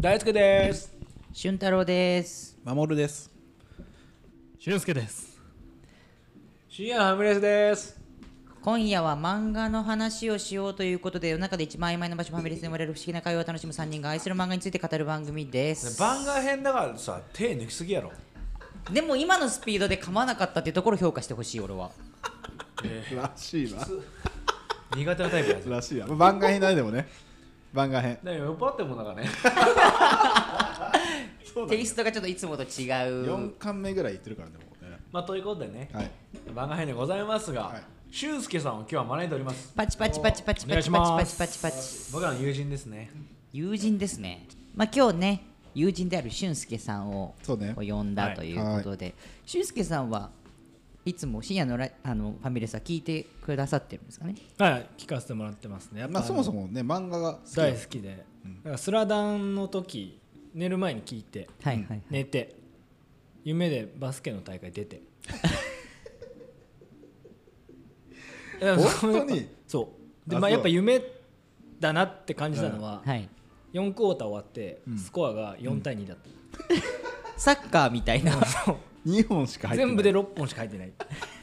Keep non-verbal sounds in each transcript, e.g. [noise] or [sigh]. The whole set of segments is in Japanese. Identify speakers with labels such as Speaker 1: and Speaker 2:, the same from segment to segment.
Speaker 1: 大輔です
Speaker 2: 俊太郎です。
Speaker 3: 守です
Speaker 4: 俊介です
Speaker 1: 深夜のファミレスです
Speaker 2: 今夜は漫画の話をしようということで、世の中で一番曖昧な場所ファミレスに生まれる不思議な会話を楽しむ3人が愛する漫画について語る番組です。
Speaker 1: 番外編だからさ手抜きすぎやろ
Speaker 2: でも今のスピードで噛まなかったっていうところを評価してほしい、俺は。
Speaker 3: らしいわ
Speaker 1: 苦手なタイプやつ
Speaker 3: らしいわ番外編だねでもね番外編
Speaker 1: だよ酔っ払ってるもんだからね [laughs]
Speaker 2: テイストがちょっといつもと違う。
Speaker 3: 4巻目ぐらいいってるからねもうね
Speaker 1: まあということでね、
Speaker 3: はい
Speaker 1: 番外編でございますが、
Speaker 3: はい
Speaker 1: 俊介さんを今日は招いております
Speaker 2: パチパチパチパチ
Speaker 4: お
Speaker 2: パ
Speaker 4: 願い
Speaker 2: チ
Speaker 4: し
Speaker 2: パチ
Speaker 4: ま
Speaker 2: パ
Speaker 4: す
Speaker 2: チパチパチ。
Speaker 1: 僕らの友人ですね
Speaker 2: 友人ですね。まあ今日ね、友人である俊介さんを
Speaker 3: そうね
Speaker 2: を呼んだということで、俊介さんはいつも深夜のラあのファミレスは聞いてくださってるんですかね。
Speaker 4: はい聞かせてもらってますねやっぱ
Speaker 3: まあそもそ
Speaker 4: も
Speaker 3: もね漫画が好きだ
Speaker 4: 大好きで、だからスラダンの時寝る前に聞いて
Speaker 2: はいはいはい。
Speaker 4: 寝て夢でバスケの大会出ていや
Speaker 3: 本当に
Speaker 4: そうで
Speaker 3: あ
Speaker 4: まあやっ
Speaker 3: そ
Speaker 4: ぱ
Speaker 3: う
Speaker 4: 夢だなって感じたのは、
Speaker 2: はい。
Speaker 4: 4クォーター終わって、
Speaker 3: ん
Speaker 4: スコアが4対2だっ
Speaker 2: サッカーみたいな。
Speaker 4: た、
Speaker 3: 2本しか入ってない
Speaker 4: 全部で6本しか入ってない、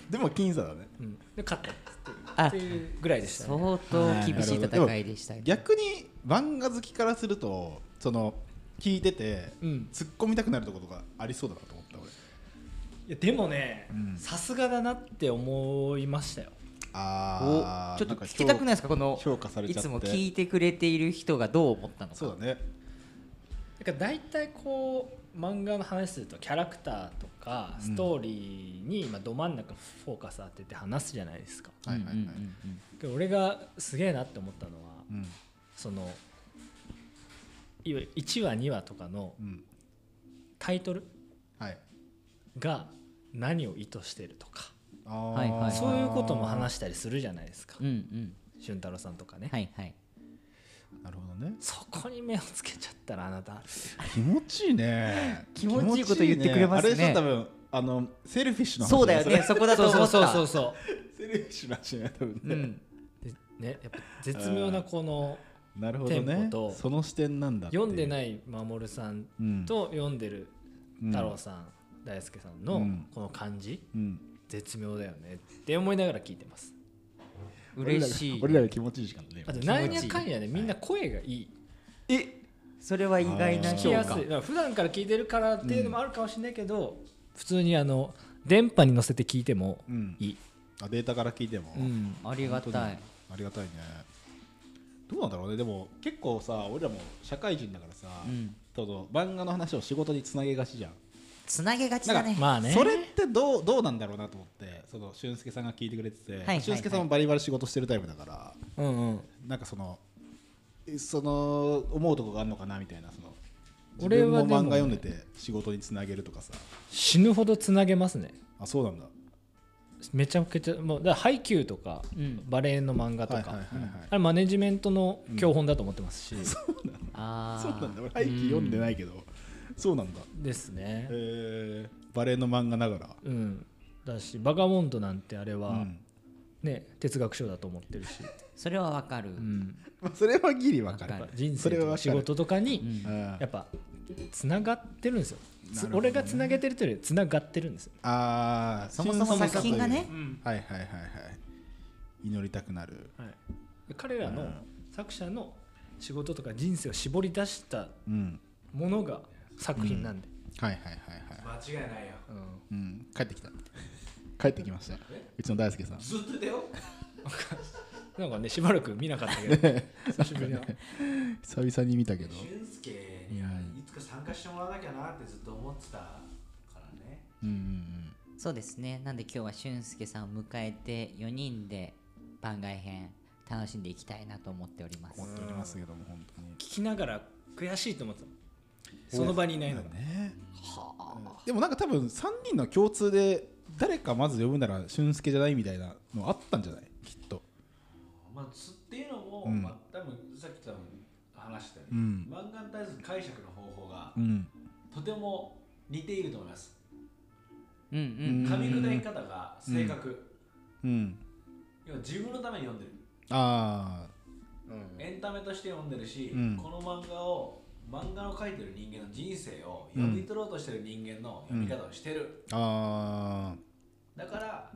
Speaker 3: でも僅差だね
Speaker 4: うん、で勝ったっていう
Speaker 2: あ
Speaker 4: って、いうぐらいでした、ね、
Speaker 2: 相当厳しい戦いでしたね。
Speaker 3: 逆に漫画好きからするとその聞いてて、
Speaker 4: うん
Speaker 3: 突っ込みたくなるところがありそうだなと思った俺
Speaker 4: いやでもね
Speaker 3: うん
Speaker 4: さすがだなって思いましたよ
Speaker 3: あ
Speaker 2: お
Speaker 3: ー
Speaker 2: ちょっと
Speaker 3: なんか
Speaker 2: 聞きたくないですかこの
Speaker 3: 評価されちゃ
Speaker 2: い
Speaker 3: って
Speaker 2: つも聞いてくれている人がどう思ったのか。
Speaker 3: そうだね
Speaker 4: だから大体こう漫画の話するとキャラクターとかストーリーに今ど真ん中フォーカス当てて話すじゃないですか、
Speaker 3: はいはいはい、
Speaker 2: うんうんうん
Speaker 4: けど俺がすげえなって思ったのは
Speaker 3: うん
Speaker 4: そのいわゆる1話2話とかの
Speaker 3: うん
Speaker 4: タイトル
Speaker 3: はい
Speaker 4: が何を意図してるとか
Speaker 3: あー
Speaker 2: はいはい
Speaker 4: そういうことも話したりするじゃないですか
Speaker 2: うん。うんうん。
Speaker 4: 俊太郎さんとかね、
Speaker 2: はいはい。
Speaker 3: なるほどね
Speaker 4: そこに目をつけちゃったらあなた
Speaker 3: 気持ちいいね
Speaker 2: 気持ちいいこと言ってくれますね
Speaker 3: 気持ちいいあれでしょ多分あのセルフィッシュの話
Speaker 2: そうだよね。そこだと思った。
Speaker 4: そうそうそうそう
Speaker 3: そ [laughs] れセルフィッシュの話ね多分
Speaker 2: う
Speaker 3: ね、
Speaker 2: ん。
Speaker 4: でねやっぱ絶妙なこの
Speaker 3: なるほど
Speaker 4: テン
Speaker 3: ね
Speaker 4: ポと
Speaker 3: その視点なんだっていう
Speaker 4: 読んでない守さん
Speaker 3: うん
Speaker 4: と読んでる
Speaker 3: うん
Speaker 4: 太郎さん、大輔さんの
Speaker 3: うん
Speaker 4: この感じ、
Speaker 3: うん
Speaker 4: 絶妙だよねって思いながら聞いてます
Speaker 2: 嬉しい。
Speaker 3: 俺らが気持ちいい時間だね
Speaker 4: あ
Speaker 3: 今
Speaker 4: と
Speaker 2: 持ちいい
Speaker 4: なんやかんやねみんな声がいい、
Speaker 2: え、それは意外な
Speaker 4: 聞き
Speaker 2: 評
Speaker 4: やすい
Speaker 2: 価
Speaker 4: だ。から普段から聞いてるからっていうのもあるかもしれないけど、普通にあの電波に乗せて聞いても
Speaker 3: うん
Speaker 4: いい、
Speaker 3: あデータから聞いても、
Speaker 4: うん
Speaker 2: ありがたい。
Speaker 3: ありがたいねどうなんだろうねでも結構さ俺らも社会人だからさ、
Speaker 2: うん
Speaker 3: その漫画の話を仕事につなげがちじゃん
Speaker 2: つなげがちだね。
Speaker 4: まあね
Speaker 3: それってどうどうなんだろうなと思ってその俊介さんが聞いてくれてて、
Speaker 2: いはいはい
Speaker 3: 俊介さんもバリバリ仕事してるタイプだから
Speaker 4: うんうん
Speaker 3: なんかそのえその思うとこがあるのかなみたいなその自
Speaker 4: 俺
Speaker 3: 分
Speaker 4: は
Speaker 3: も
Speaker 4: でも
Speaker 3: 漫画読んでて仕事につなげるとかさ
Speaker 4: 死ぬほどつなげますね
Speaker 3: あそうなんだ
Speaker 4: めちゃくちゃもうだからハイキューとか、
Speaker 2: うん
Speaker 4: バレエの漫画とか、
Speaker 3: はいはいはいはい
Speaker 4: あれマネジメントの教本だと思ってますし、
Speaker 2: ああ。
Speaker 3: そうなんだ俺背景読んでないけどそうなんだ
Speaker 4: ですね
Speaker 3: え、ーバレエの漫画ながら
Speaker 4: うん、だし「バガモンド」なんてあれ
Speaker 3: う
Speaker 4: は、
Speaker 3: ん
Speaker 4: ね哲学書だと思ってるし、
Speaker 2: それはわかる。
Speaker 4: うん、
Speaker 3: まあそれはギリわかる
Speaker 2: わかる
Speaker 4: 人
Speaker 3: そ
Speaker 4: 生
Speaker 3: れは
Speaker 4: とか
Speaker 3: わかる
Speaker 4: 仕事とか
Speaker 2: う
Speaker 4: に
Speaker 2: ん
Speaker 3: うん
Speaker 4: やっぱつながってるんですよ、つ
Speaker 3: なるほどね
Speaker 4: 俺がつなげてるというよりつながってるんですよ
Speaker 3: あー
Speaker 2: そもそも作品がね
Speaker 3: 俊介さんというはいはいはいはい祈りたくなる
Speaker 4: で彼らの作者の仕事とか人生を絞り出した
Speaker 3: うん
Speaker 4: ものが作品なんで、
Speaker 3: はいはいはいはい
Speaker 1: 間違いないよ
Speaker 4: うん
Speaker 3: うん、帰ってきた。帰ってきました。うちの大輔さん。
Speaker 1: ずっとだよ
Speaker 4: なんかねしばらく見なかったけど、
Speaker 3: [laughs]
Speaker 4: 久しぶりな、
Speaker 3: 久々に見たけど。
Speaker 1: 俊介
Speaker 3: いや
Speaker 1: いつか参加してもらわなきゃなってずっと思ってたからね
Speaker 3: うんうん
Speaker 2: そうですね。なんで今日は俊介さんを迎えて4人で番外編楽しんでいきたいなと思っております
Speaker 3: うん。。思っておりますけども、本当に。
Speaker 4: 聞きながら悔しいと思ってたその場にいないのに、
Speaker 3: ね。はあ。でもなんか多分三人の共通で誰かまず呼ぶなら俊介じゃないみたいなのあったんじゃない？きっと。
Speaker 1: まあつっていうのも、
Speaker 3: うん
Speaker 1: まあ、多分さっき多分話したよ
Speaker 3: う
Speaker 1: うに、
Speaker 3: ん
Speaker 1: 漫画に対する解釈の方法が
Speaker 3: うん。
Speaker 1: とても似ていると思います
Speaker 2: うんうん。
Speaker 1: 噛み砕き方が正確、
Speaker 3: うん。
Speaker 1: 要は自分のために読んでる
Speaker 3: ああ。
Speaker 4: うん
Speaker 1: エンタメとして読んでるし、
Speaker 3: うん
Speaker 1: この漫画を漫画を描いてる人間の人生を読み取ろうとしてる人間の読み方をしてる、
Speaker 3: あ
Speaker 1: だから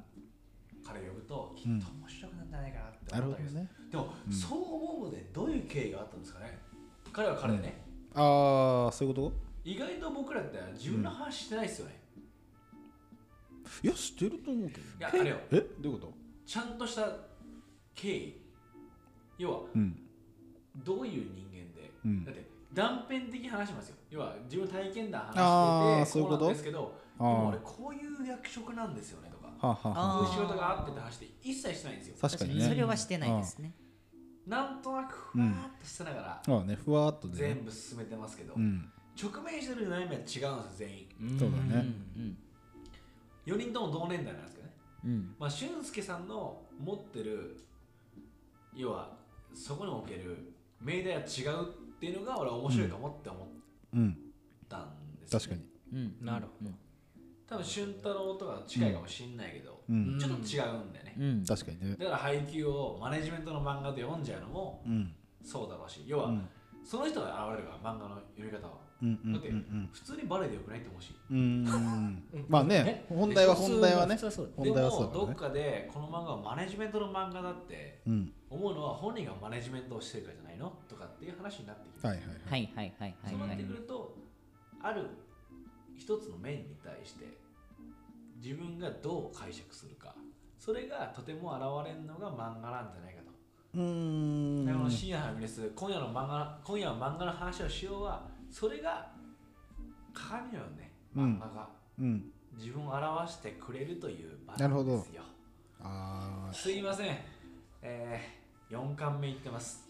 Speaker 1: 彼を呼ぶときっと面白くなるんじゃないか
Speaker 3: あ
Speaker 1: なっ
Speaker 3: な
Speaker 1: て
Speaker 3: る
Speaker 1: 思っ
Speaker 3: ほど
Speaker 1: たんです、
Speaker 3: ね
Speaker 1: でも、そう思うのでどういう経緯があったんですかね彼は彼でね、
Speaker 3: ああそういうこ
Speaker 1: 意外と僕らって自分の話してないですよね、
Speaker 3: といやしてると思うけど
Speaker 1: いやあれよ
Speaker 3: えどういうこと
Speaker 1: ちゃんとした経緯要は
Speaker 3: うん
Speaker 1: どういう人間で、
Speaker 3: うん
Speaker 1: だって断片的に話しますよ要は自分の体験談
Speaker 3: あ
Speaker 1: 話
Speaker 3: ー
Speaker 1: してて
Speaker 3: そういうこと
Speaker 1: なんですけど
Speaker 3: あ
Speaker 1: で
Speaker 3: ー
Speaker 1: も俺こういう役職なんですよねとか
Speaker 3: はあ、はあはあ、
Speaker 1: こういう
Speaker 2: あー
Speaker 1: 仕事があってって話して一切してないんですよ
Speaker 3: 確かにね
Speaker 2: それはしてないですね。
Speaker 1: なんとなくふわーってしながら、
Speaker 3: ああねふわーっとね
Speaker 1: 全部進めてますけど、
Speaker 3: うん
Speaker 1: 直面してる悩みは違うんですよ全員
Speaker 3: そうだ
Speaker 2: うん
Speaker 3: ね
Speaker 1: 4人とも同年代なんですけどね
Speaker 2: うん
Speaker 1: まあ俊介さんの持ってる要はそこにおける命題は違うっていうのが俺は面白いかもって思っ
Speaker 3: うん
Speaker 1: たんですよね
Speaker 3: 確かに
Speaker 2: うん
Speaker 4: なるほど
Speaker 1: 多分俊太郎とか近いかもしんないけど、
Speaker 3: うん
Speaker 1: ちょっと違うんだよね、
Speaker 2: うん
Speaker 3: 確かにね
Speaker 1: だから配給をマネジメントの漫画で読んじゃうのも
Speaker 3: うん
Speaker 1: そうだろうし要は、
Speaker 3: うん
Speaker 1: その人が現れるから漫画の読み方を
Speaker 3: うんうん
Speaker 1: だって
Speaker 3: うん
Speaker 1: 普通にバレでよくないって思うし
Speaker 3: うんうんまあね本題は
Speaker 4: 普通
Speaker 3: 本題はね
Speaker 4: 普通はそうだ
Speaker 3: 本題はそう
Speaker 1: でも
Speaker 3: だ
Speaker 1: ど
Speaker 3: ね
Speaker 1: っかでこの漫画はマネジメントの漫画だって
Speaker 3: うん
Speaker 1: 思うのは本人がマネジメントをしてるからじゃないのとかっていう話になってきます、
Speaker 3: はいはい
Speaker 2: はいはいはいはい
Speaker 1: そうな
Speaker 2: は
Speaker 1: って
Speaker 2: い
Speaker 1: く。るとある一つの面に対して自分がどう解釈するかそれがとても現れるのが漫画なんじゃないかと
Speaker 3: うーん
Speaker 1: だからこの深夜のファミレス今夜の漫画今夜は漫画の話をしようはそれが鏡のようにね
Speaker 3: うん
Speaker 1: 漫画が
Speaker 3: うん
Speaker 1: 自分を表してくれるという場
Speaker 3: なる
Speaker 1: な
Speaker 3: ほ
Speaker 1: ん
Speaker 3: ど
Speaker 1: ですよ
Speaker 3: あ
Speaker 1: すいませんえー、4巻目いってます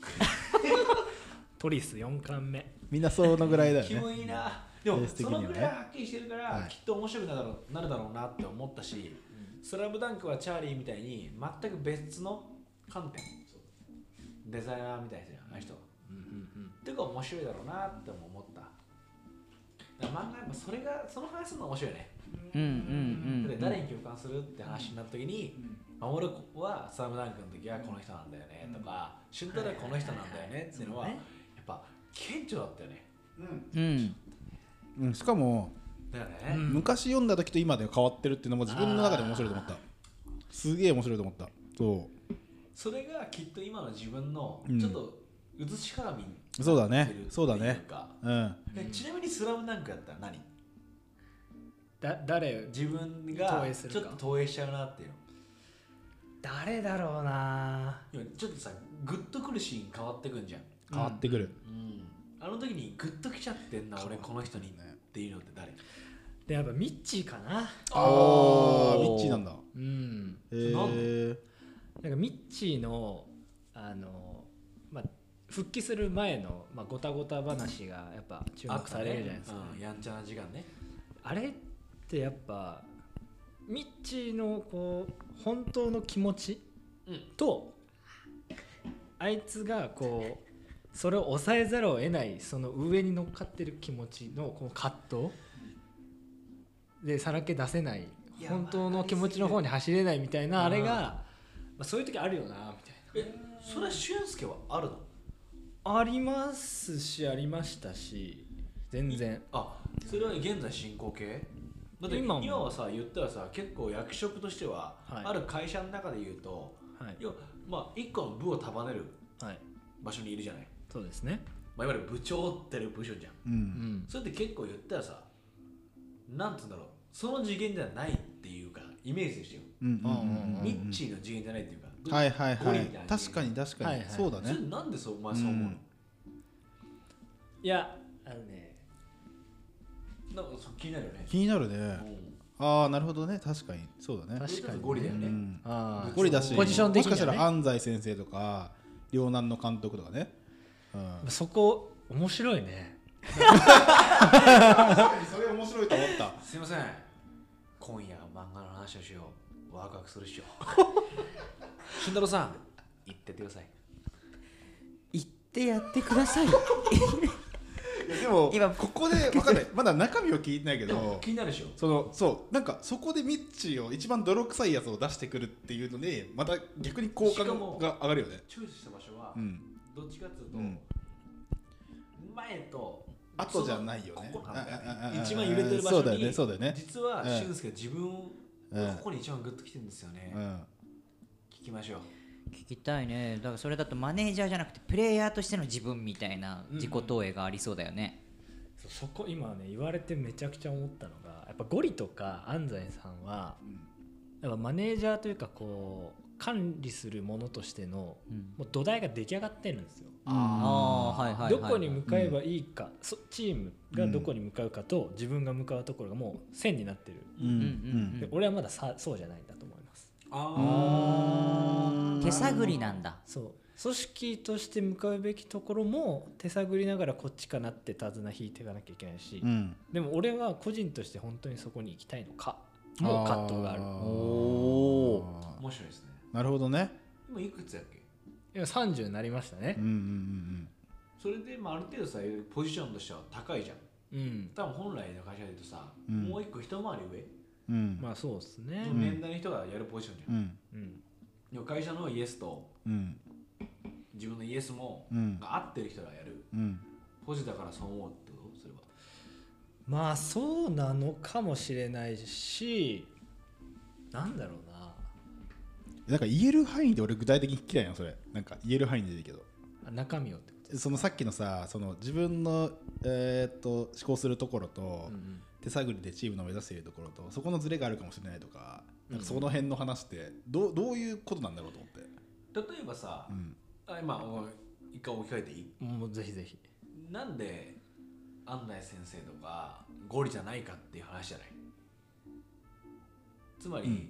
Speaker 4: トリス4巻目
Speaker 3: ーみんなそのぐらいだ
Speaker 1: キ
Speaker 3: よ
Speaker 1: モ
Speaker 3: ね
Speaker 1: いなで
Speaker 3: ベ
Speaker 1: も
Speaker 3: ース的
Speaker 1: そ
Speaker 3: には
Speaker 1: の
Speaker 3: ね
Speaker 1: ぐらいはっきりしてるから、
Speaker 3: はい
Speaker 1: きっと面白くなるだろうなるだろうなって思ったし「スラムダンクはチャーリーみたいに全く別の観点デザイナーみたいじゃんあの人は。
Speaker 4: うんうん
Speaker 1: っていうか面白いだろうなっても思っただから漫画やっぱそれがその話するの面白いね、
Speaker 2: うんうんうん
Speaker 1: だ
Speaker 2: うん。
Speaker 1: って誰に共感するって話になった時に「守る子はスラムダンクの時はこの人なんだよね」とか「俊太郎はこの人なんだよね」っていうのは
Speaker 4: はい
Speaker 1: や
Speaker 4: はいは
Speaker 1: っぱ顕著だったよね
Speaker 2: うん。
Speaker 3: うんしかも
Speaker 1: だよね、
Speaker 4: うん
Speaker 3: 昔読んだ時と今で変わってるっていうのも自分の中で面白いと思ったすげえ面白いと思ったそ
Speaker 1: それがきっと今の自分の
Speaker 3: うん
Speaker 1: ちょっと映し鏡に
Speaker 3: うそうだ
Speaker 1: なって
Speaker 3: ね
Speaker 1: るっていうか
Speaker 3: そうだねうん
Speaker 1: えちなみに「スラムダンクやったら何
Speaker 4: だ誰
Speaker 1: 自分が
Speaker 4: 投影する
Speaker 1: ち
Speaker 4: か
Speaker 1: ょっと投影しちゃうなっていうの
Speaker 4: 誰だろうな
Speaker 1: 今ちょっとさグッとくるシーン変わってくんじゃん
Speaker 3: 変わってくる
Speaker 1: うんあの時にグッときちゃってんな俺この人にっていうのって誰
Speaker 4: でやっぱミッチーかな
Speaker 3: あ
Speaker 2: お
Speaker 3: あ
Speaker 2: ー
Speaker 3: ミッチーなんだ
Speaker 4: うん
Speaker 3: へえ
Speaker 4: なんかミッチーのあの、まあ、復帰する前の、まあ、ごたごた話がやっぱ注目されるじゃないですか
Speaker 1: あったねうんやんちゃな時間ね
Speaker 4: あれってやっぱミッチーのこう本当の気持ち
Speaker 1: うん
Speaker 4: とあいつがこうそれを抑えざるを得ないその上に乗っかってる気持ちのこの葛藤でさらけ出せない
Speaker 1: いや
Speaker 4: 本当の気持ちの方に走れないみたいな
Speaker 1: あ
Speaker 4: あ
Speaker 1: り
Speaker 4: れ
Speaker 1: すぎる
Speaker 4: が、まあ、そういう時あるよなみたいな。
Speaker 1: えそれは俊介はあるの
Speaker 4: ありますしありましたし全然
Speaker 1: あそれは現在進行形だって
Speaker 4: 今
Speaker 1: 今
Speaker 4: も
Speaker 1: はさ言ったらさ結構役職としては、
Speaker 4: はい
Speaker 1: ある会社の中で言うと
Speaker 4: はい、
Speaker 1: 要はまあ一個の部を束ねる
Speaker 4: はい、
Speaker 1: 場所にいるじゃない、
Speaker 4: そうですね
Speaker 1: まあ、いわゆる部長っていう部署じゃん
Speaker 3: う
Speaker 4: うんん
Speaker 1: それって結構言ったらさなんつうんだろうその次元じゃないっていうかイメージですよ、
Speaker 3: うんうんうんうん
Speaker 1: ミッチーの次元じゃないっていうか
Speaker 3: はいはい
Speaker 1: ゴ
Speaker 3: は
Speaker 1: リみた
Speaker 3: い
Speaker 1: いな
Speaker 3: 確かに確か
Speaker 4: はい
Speaker 3: に
Speaker 4: はい
Speaker 3: そうだ
Speaker 1: そ
Speaker 3: ね
Speaker 1: れなんでそうお前そう思うの、
Speaker 4: いやあのね
Speaker 1: なんかそう気になるよね
Speaker 3: 気になるねああなるほどね確かにそうだね
Speaker 4: 確かにね
Speaker 1: ゴリだよ
Speaker 3: う
Speaker 1: ね、
Speaker 3: ん
Speaker 4: あー
Speaker 3: ゴリだし
Speaker 4: ポジション的
Speaker 3: もしか
Speaker 4: に
Speaker 3: した
Speaker 4: は、ね、
Speaker 3: ら安西先生とか両南の監督とかねうん
Speaker 4: そこ面白いね
Speaker 3: それ面白いと思った
Speaker 1: すいません今夜漫画の話をしようワクワクするっし
Speaker 3: [laughs]
Speaker 1: ょ俊太郎さん言ってってください
Speaker 2: 行ってやってください。
Speaker 3: いやでも
Speaker 2: 今
Speaker 3: ここで分かんないまだ中身を聞いてないけ
Speaker 1: でも
Speaker 3: ど
Speaker 1: 気になるでしょ
Speaker 3: そのそうなんかそこでミッチーを一番泥臭いやつを出してくるっていうのでまた逆に好感
Speaker 1: しかも
Speaker 3: が上がるよね
Speaker 1: 注視した場所は、
Speaker 3: うん
Speaker 1: どっちかっていうと、
Speaker 3: うん
Speaker 1: 前と
Speaker 3: あとじゃないよね
Speaker 1: ここなんだよね
Speaker 3: ああああ
Speaker 1: 一番揺れてる場所に
Speaker 3: そうだよねそうだよね
Speaker 1: 実は
Speaker 3: うん
Speaker 1: 俊介は自分がここに一番グッときてるんですよね、
Speaker 3: うん
Speaker 1: 聞きましょう
Speaker 2: 聞きたいねだからそれだとマネージャーじゃなくてプレイヤーとしての自分みたいな自己投影がありそうだよね、
Speaker 4: そうそこ今ね言われてめちゃくちゃ思ったのがやっぱゴリとか安西さんはやっぱマネージャーというかこう管理するものとしての
Speaker 2: うん
Speaker 4: もう土台が出来上がってるんですよ。
Speaker 2: ああはいはいはい、
Speaker 4: どこに向かえばいいか、そチームがどこに向かうかと自分が向かうところがもう線になってる、
Speaker 3: うんうん
Speaker 2: うん
Speaker 4: で俺はまださそうじゃないんだと思います
Speaker 1: あ
Speaker 2: 手探りなんだ
Speaker 4: そう組織として向かうべきところも手探りながらこっちかなって手綱引いていかなきゃいけないし、
Speaker 3: うん
Speaker 4: でも俺は個人として本当にそこに行きたいのかもう葛藤がある
Speaker 3: ー
Speaker 2: お
Speaker 1: 面白いですね
Speaker 3: なるほどね
Speaker 1: 今いくつやっけ
Speaker 4: 今30になりましたね
Speaker 3: うんうん
Speaker 1: それで、まあ、ある程度さポジションとしては高いじゃん
Speaker 4: うん、
Speaker 1: 多分本来の会社で言うとさ、
Speaker 3: うん
Speaker 1: もう一個一回り
Speaker 3: うんうん
Speaker 4: まあそうですね
Speaker 1: 上、の年代の人がやるポジションじ
Speaker 3: う
Speaker 1: ゃ、
Speaker 3: んん
Speaker 4: うん
Speaker 1: でも会社のイエスと
Speaker 3: うん
Speaker 1: 自分のイエスも
Speaker 3: うん
Speaker 1: が合ってる人がやる
Speaker 3: うん
Speaker 1: ポジだからそう思うってことそれは
Speaker 4: まあそうなのかもしれないしなんだろうな
Speaker 3: なんか言える範囲で俺具体的に嫌いなのそれなんか言える範囲でいいけど
Speaker 4: あ中身をってこ
Speaker 3: そのさっきのさその自分の、えーっと思考するところと、
Speaker 4: と、うん
Speaker 3: 手探りでチームの目指しているところとそこのズレがあるかもしれないとかなんかその辺の話ってどうどういうことなんだろうと思って、
Speaker 1: 例えばさ
Speaker 3: う、ん、
Speaker 1: あ今お一回置き換えていい
Speaker 4: うんもうぜひぜひ
Speaker 1: なんで安内先生とかゴリじゃないかっていう話じゃないつまり、
Speaker 3: うん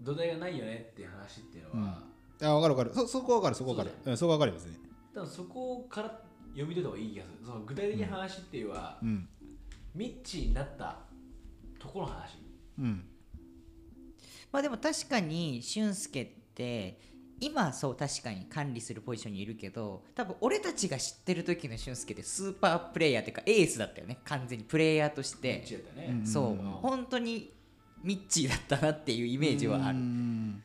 Speaker 1: 土台がないよねっていう話っていうのは、
Speaker 3: あ分かる分かるそそこは分かるそこは分か
Speaker 1: そう
Speaker 3: るうんそこは分かるよ別に、
Speaker 1: 多分そこから読み取った方がいい気がするその具体的な話っていうのは、
Speaker 3: うん
Speaker 1: ミッチーになったところの話
Speaker 3: うん、
Speaker 2: まあでも確かに俊介って今そう確かに管理するポジションにいるけど多分俺たちが知ってる時の俊介ってスーパープレイヤーっていうかエースだったよね完全にプレイヤーとし
Speaker 1: ミ
Speaker 2: て
Speaker 1: ッチーだったね、
Speaker 3: うん
Speaker 2: そう、
Speaker 3: うん
Speaker 2: 本当にミッチーだったなっていうイメージはある
Speaker 3: うん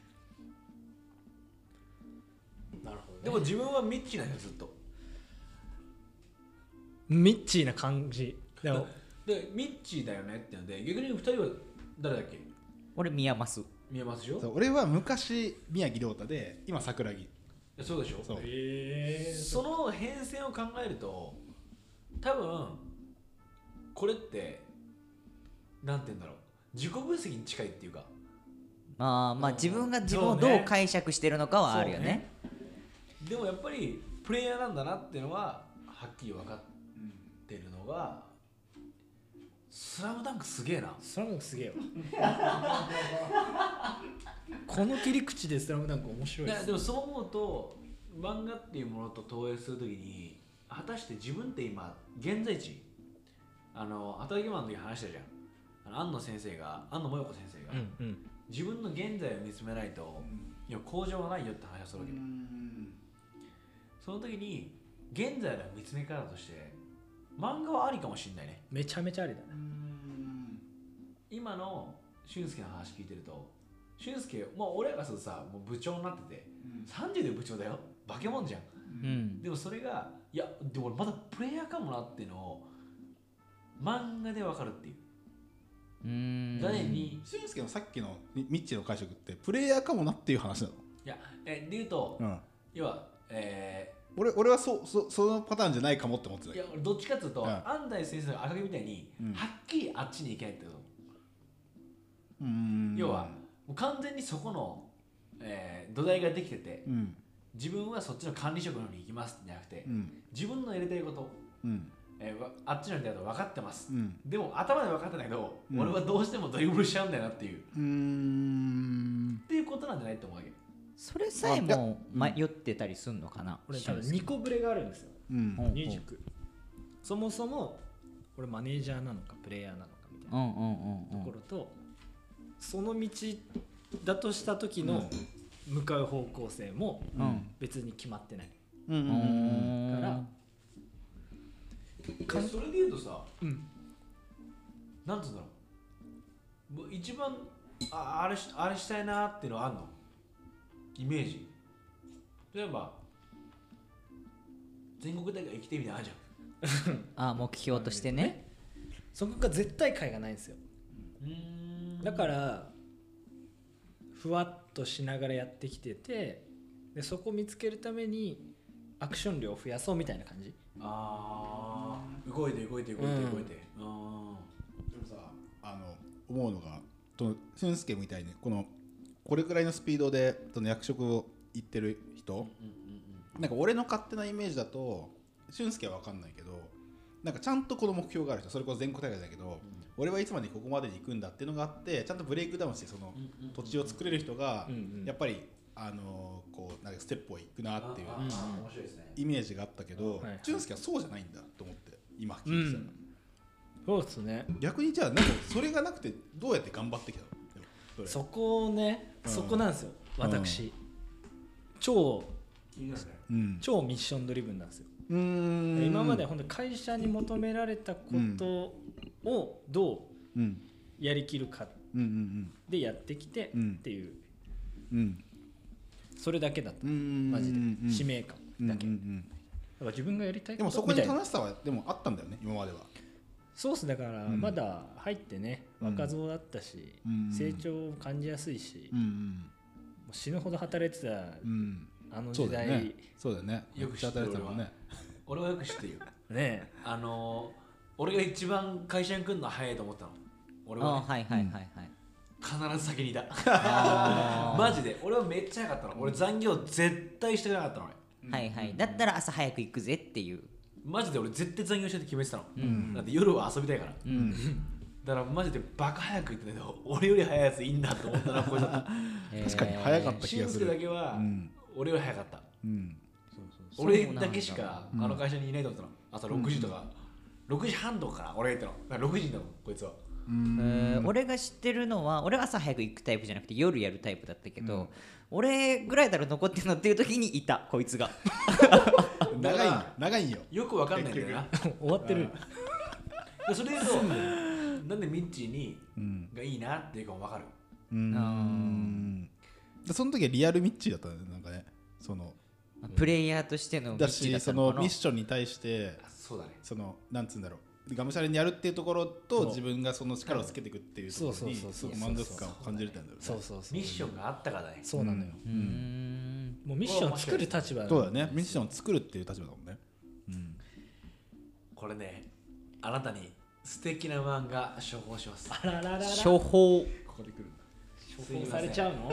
Speaker 4: なるほど、ね、
Speaker 1: でも自分はミッチーなんよずっと
Speaker 4: ミッチーな感じでも
Speaker 1: でミッチーだよねってので逆に二人は誰だっけ
Speaker 2: 俺宮益
Speaker 1: 見えますでしょ
Speaker 3: そ
Speaker 1: そう
Speaker 3: 俺は昔宮城亮太で今桜木
Speaker 1: そうでしょ
Speaker 3: そう
Speaker 4: え
Speaker 1: その変遷を考えると多分これってなんて言うんだろう自己分析に近いっていうか
Speaker 2: まあまあ
Speaker 1: うん
Speaker 2: 自分が自分をど
Speaker 4: そう
Speaker 2: う
Speaker 4: ね
Speaker 2: 解釈してるのかはあるよね
Speaker 1: でもやっぱりプレイヤーなんだなっていうのははっきり分かってるのが「スラムダンクすげえな
Speaker 4: スラムダンクすげえわこの切り口でスラムダンク面白いで
Speaker 1: ね
Speaker 4: す
Speaker 1: でもそう思うと漫画っていうものと投影するときに果たして自分って今現在地あの働きマンの時話したじゃんあの安野先生が安野もよこ先生が、
Speaker 4: うんうん
Speaker 1: 自分の現在を見つめないと、いや向上はないよって話をするわけ、その時に現在の見つめ方として漫画はありかもしんないね
Speaker 4: めちゃめちゃありだね
Speaker 1: 今の俊介の話聞いてると俊介まあ俺らがするとさもう部長になってて30で部長だよ化け物じゃん
Speaker 2: うん
Speaker 1: でもそれがいやでも俺まだプレイヤーかもなっていうのを漫画でわかるっていう
Speaker 2: うーん
Speaker 1: 誰に、
Speaker 3: 俊介のさっきのミミッチーの解釈ってプレイヤーかもなっていう話なの、
Speaker 1: いやえで言うと、
Speaker 3: うん、
Speaker 1: 要はえ
Speaker 3: 俺俺はそうそそのパターンじゃないかもって思ってた
Speaker 1: ーい
Speaker 3: け
Speaker 1: や
Speaker 3: ど
Speaker 1: 俺どっちかっていうと、
Speaker 3: うん
Speaker 1: 安西先生の赤毛みたいに、
Speaker 3: うん
Speaker 1: はっきりあっちに行けないってこと
Speaker 3: うん
Speaker 1: 要はもう完全にそこの、えー土台ができてて
Speaker 3: うん
Speaker 1: 自分はそっちの管理職の方に行きますじゃなくて、
Speaker 3: うん
Speaker 1: 自分のやりたいこと、
Speaker 3: うん
Speaker 1: えーわあっちのやりたいこと分かってます、
Speaker 3: うん
Speaker 1: でも頭で分かってないけど、
Speaker 3: うん
Speaker 1: 俺はどうしてもドリブルしちゃうんだよなっていうっ
Speaker 3: うーん
Speaker 1: ていうことなんじゃないと思うわけ
Speaker 2: それさえ
Speaker 3: あいや
Speaker 2: も迷ってたりすんのかな
Speaker 4: 俺多分
Speaker 2: 俊介
Speaker 4: 2個ブレがあるんですよ
Speaker 3: うん
Speaker 2: うん
Speaker 4: 入塾そもそも俺マネージャーなのかプレイヤーなのかみたいな
Speaker 2: うんうんうんう
Speaker 4: と
Speaker 2: ん
Speaker 4: ころと、その道だとした時の向かう方向性も
Speaker 2: うん
Speaker 4: 別に決まってない、
Speaker 3: うんうんうん
Speaker 2: うーん
Speaker 4: からかん
Speaker 1: それで言うとさ
Speaker 4: うん、
Speaker 1: なんつうんだろうもう一番ああれしあれしたいなっていうのはあんのイメージ例えば全国大会行きてみたいなのあるじゃん
Speaker 2: あ目標としてね
Speaker 4: そこが絶対解がないんですよ
Speaker 1: うん
Speaker 4: だからふわっとしながらやってきててでそこ見つけるためにアクション量を増やそうみたいな感じ
Speaker 1: あー動いて動いて動いて動いて、うん、
Speaker 3: でもさあの思うのがその俊介みたいにこのこれくらいのスピードでその役職を行ってる人なんか俺の勝手なイメージだと俊介は分かんないけどなんかちゃんとこの目標がある人それこそ全国大会だけど、俺はいつまでにここまでに行くんだっていうのがあってちゃんとブレイクダウンしてその土地を作れる人が、
Speaker 4: うんうん
Speaker 3: やっぱりあのーこうなんかステップを行くなっていう
Speaker 1: あーあー面白いですね
Speaker 3: イメージがあったけど、
Speaker 4: はいはい
Speaker 3: 俊介はそうじゃないんだと思って今聞いてたら。
Speaker 4: うんそうですね
Speaker 3: 逆にじゃあなんかそれがなくてどうやって頑張ってきたのでもそれ
Speaker 4: そこをね、
Speaker 3: うん
Speaker 4: そこなんですよ私、超
Speaker 1: 気になるね
Speaker 3: うん
Speaker 4: 超ミッションドリブンなんですよ
Speaker 3: うーん
Speaker 4: 今まで本当に会社に求められたことをどう
Speaker 3: うん
Speaker 4: やりきるか
Speaker 3: うんうん
Speaker 4: でやってきて
Speaker 3: うん
Speaker 4: っていう、
Speaker 3: うんうん
Speaker 4: それだけだった
Speaker 3: うーん
Speaker 4: マジで、使命感だけ、
Speaker 3: うんう
Speaker 4: だ
Speaker 3: ん
Speaker 4: から自分がやりた
Speaker 3: う
Speaker 4: い
Speaker 3: んでも
Speaker 4: こ
Speaker 3: そ
Speaker 4: とみ
Speaker 3: こに
Speaker 4: たいな
Speaker 3: 楽しさはでもあったんだよね今までは
Speaker 4: そうっすだから
Speaker 3: うん
Speaker 4: まだ入ってね、
Speaker 3: うん
Speaker 4: 若造だったし、
Speaker 3: うん
Speaker 4: 成長を感じやすいし、
Speaker 3: う
Speaker 4: も
Speaker 3: ん
Speaker 4: う死ぬほど働いてた
Speaker 3: うんうん
Speaker 4: あの
Speaker 3: そう
Speaker 4: 時代
Speaker 3: だよねそうだよね
Speaker 1: よく知ってる
Speaker 3: めちゃ当たり前だもんね
Speaker 1: 俺はよく知ってるよ
Speaker 4: ね
Speaker 1: あの俺が一番会社に来るのは早いと思ったの俺
Speaker 2: あ
Speaker 1: は、
Speaker 2: はいはいはいはい
Speaker 1: 必ず先にいた
Speaker 2: あ
Speaker 1: [laughs] マジで俺はめっちゃ早かったの俺残業絶対してなかったの俺
Speaker 2: ーはいはいだったら朝早く行くぜっていう
Speaker 1: マジで俺絶対残業してって決めてたの、
Speaker 2: ん
Speaker 1: だって夜は遊びたいから
Speaker 2: うん
Speaker 1: だからマジでバカ早く行ってないと俺より早いやついいんだと思ったらこいつだった
Speaker 2: [laughs]
Speaker 3: 確かに早かった気
Speaker 1: 俊
Speaker 3: がする
Speaker 1: 介だけは、
Speaker 3: うん
Speaker 1: 俺より早かった
Speaker 3: うん
Speaker 2: そう
Speaker 1: 俺
Speaker 2: なんだ
Speaker 1: だけしかあの会社にいないと思ったの、朝6時とか、6時半とかから俺が行ったのだから6時だもんこいつは
Speaker 2: えー俺が知ってるのは俺は朝早く行くタイプじゃなくて夜やるタイプだったけど、俺ぐらいだろ残ってるのっていう時にいたこいつが
Speaker 3: 長いん長いんよ
Speaker 1: よくわかんないんだよな
Speaker 4: え終わってる
Speaker 1: でそれで言うとなんでミッチーに
Speaker 3: うん
Speaker 1: がいいなっていうかもわかる
Speaker 3: うーんでその時はリアルミッチーだったねなんかねその
Speaker 2: プレイヤーとしての道だ
Speaker 3: だ
Speaker 2: った
Speaker 3: しそ
Speaker 2: の
Speaker 3: の
Speaker 2: かな
Speaker 3: ミッションに対して
Speaker 1: あそうだね
Speaker 3: そのなんつうんだろうがむしゃらにやるっていうところ
Speaker 4: そ
Speaker 3: と
Speaker 4: う
Speaker 3: 自分がその力をつけていくっていうところに
Speaker 4: そうそう
Speaker 3: す
Speaker 4: そうそう
Speaker 3: ごく満足感を感じれたんだろうね
Speaker 4: そうそうそう
Speaker 1: ミッションがあったからだね
Speaker 4: そうなのよ、
Speaker 2: うーん
Speaker 4: もうミッションを作る立場
Speaker 3: そうだねミッ
Speaker 4: ョ
Speaker 3: ションを作るっていう立場だもんねうん
Speaker 1: これねあなたに素敵な漫画処方します
Speaker 4: ンあらららら
Speaker 2: 処方
Speaker 3: ここで来るんだ
Speaker 4: 処方されちゃうの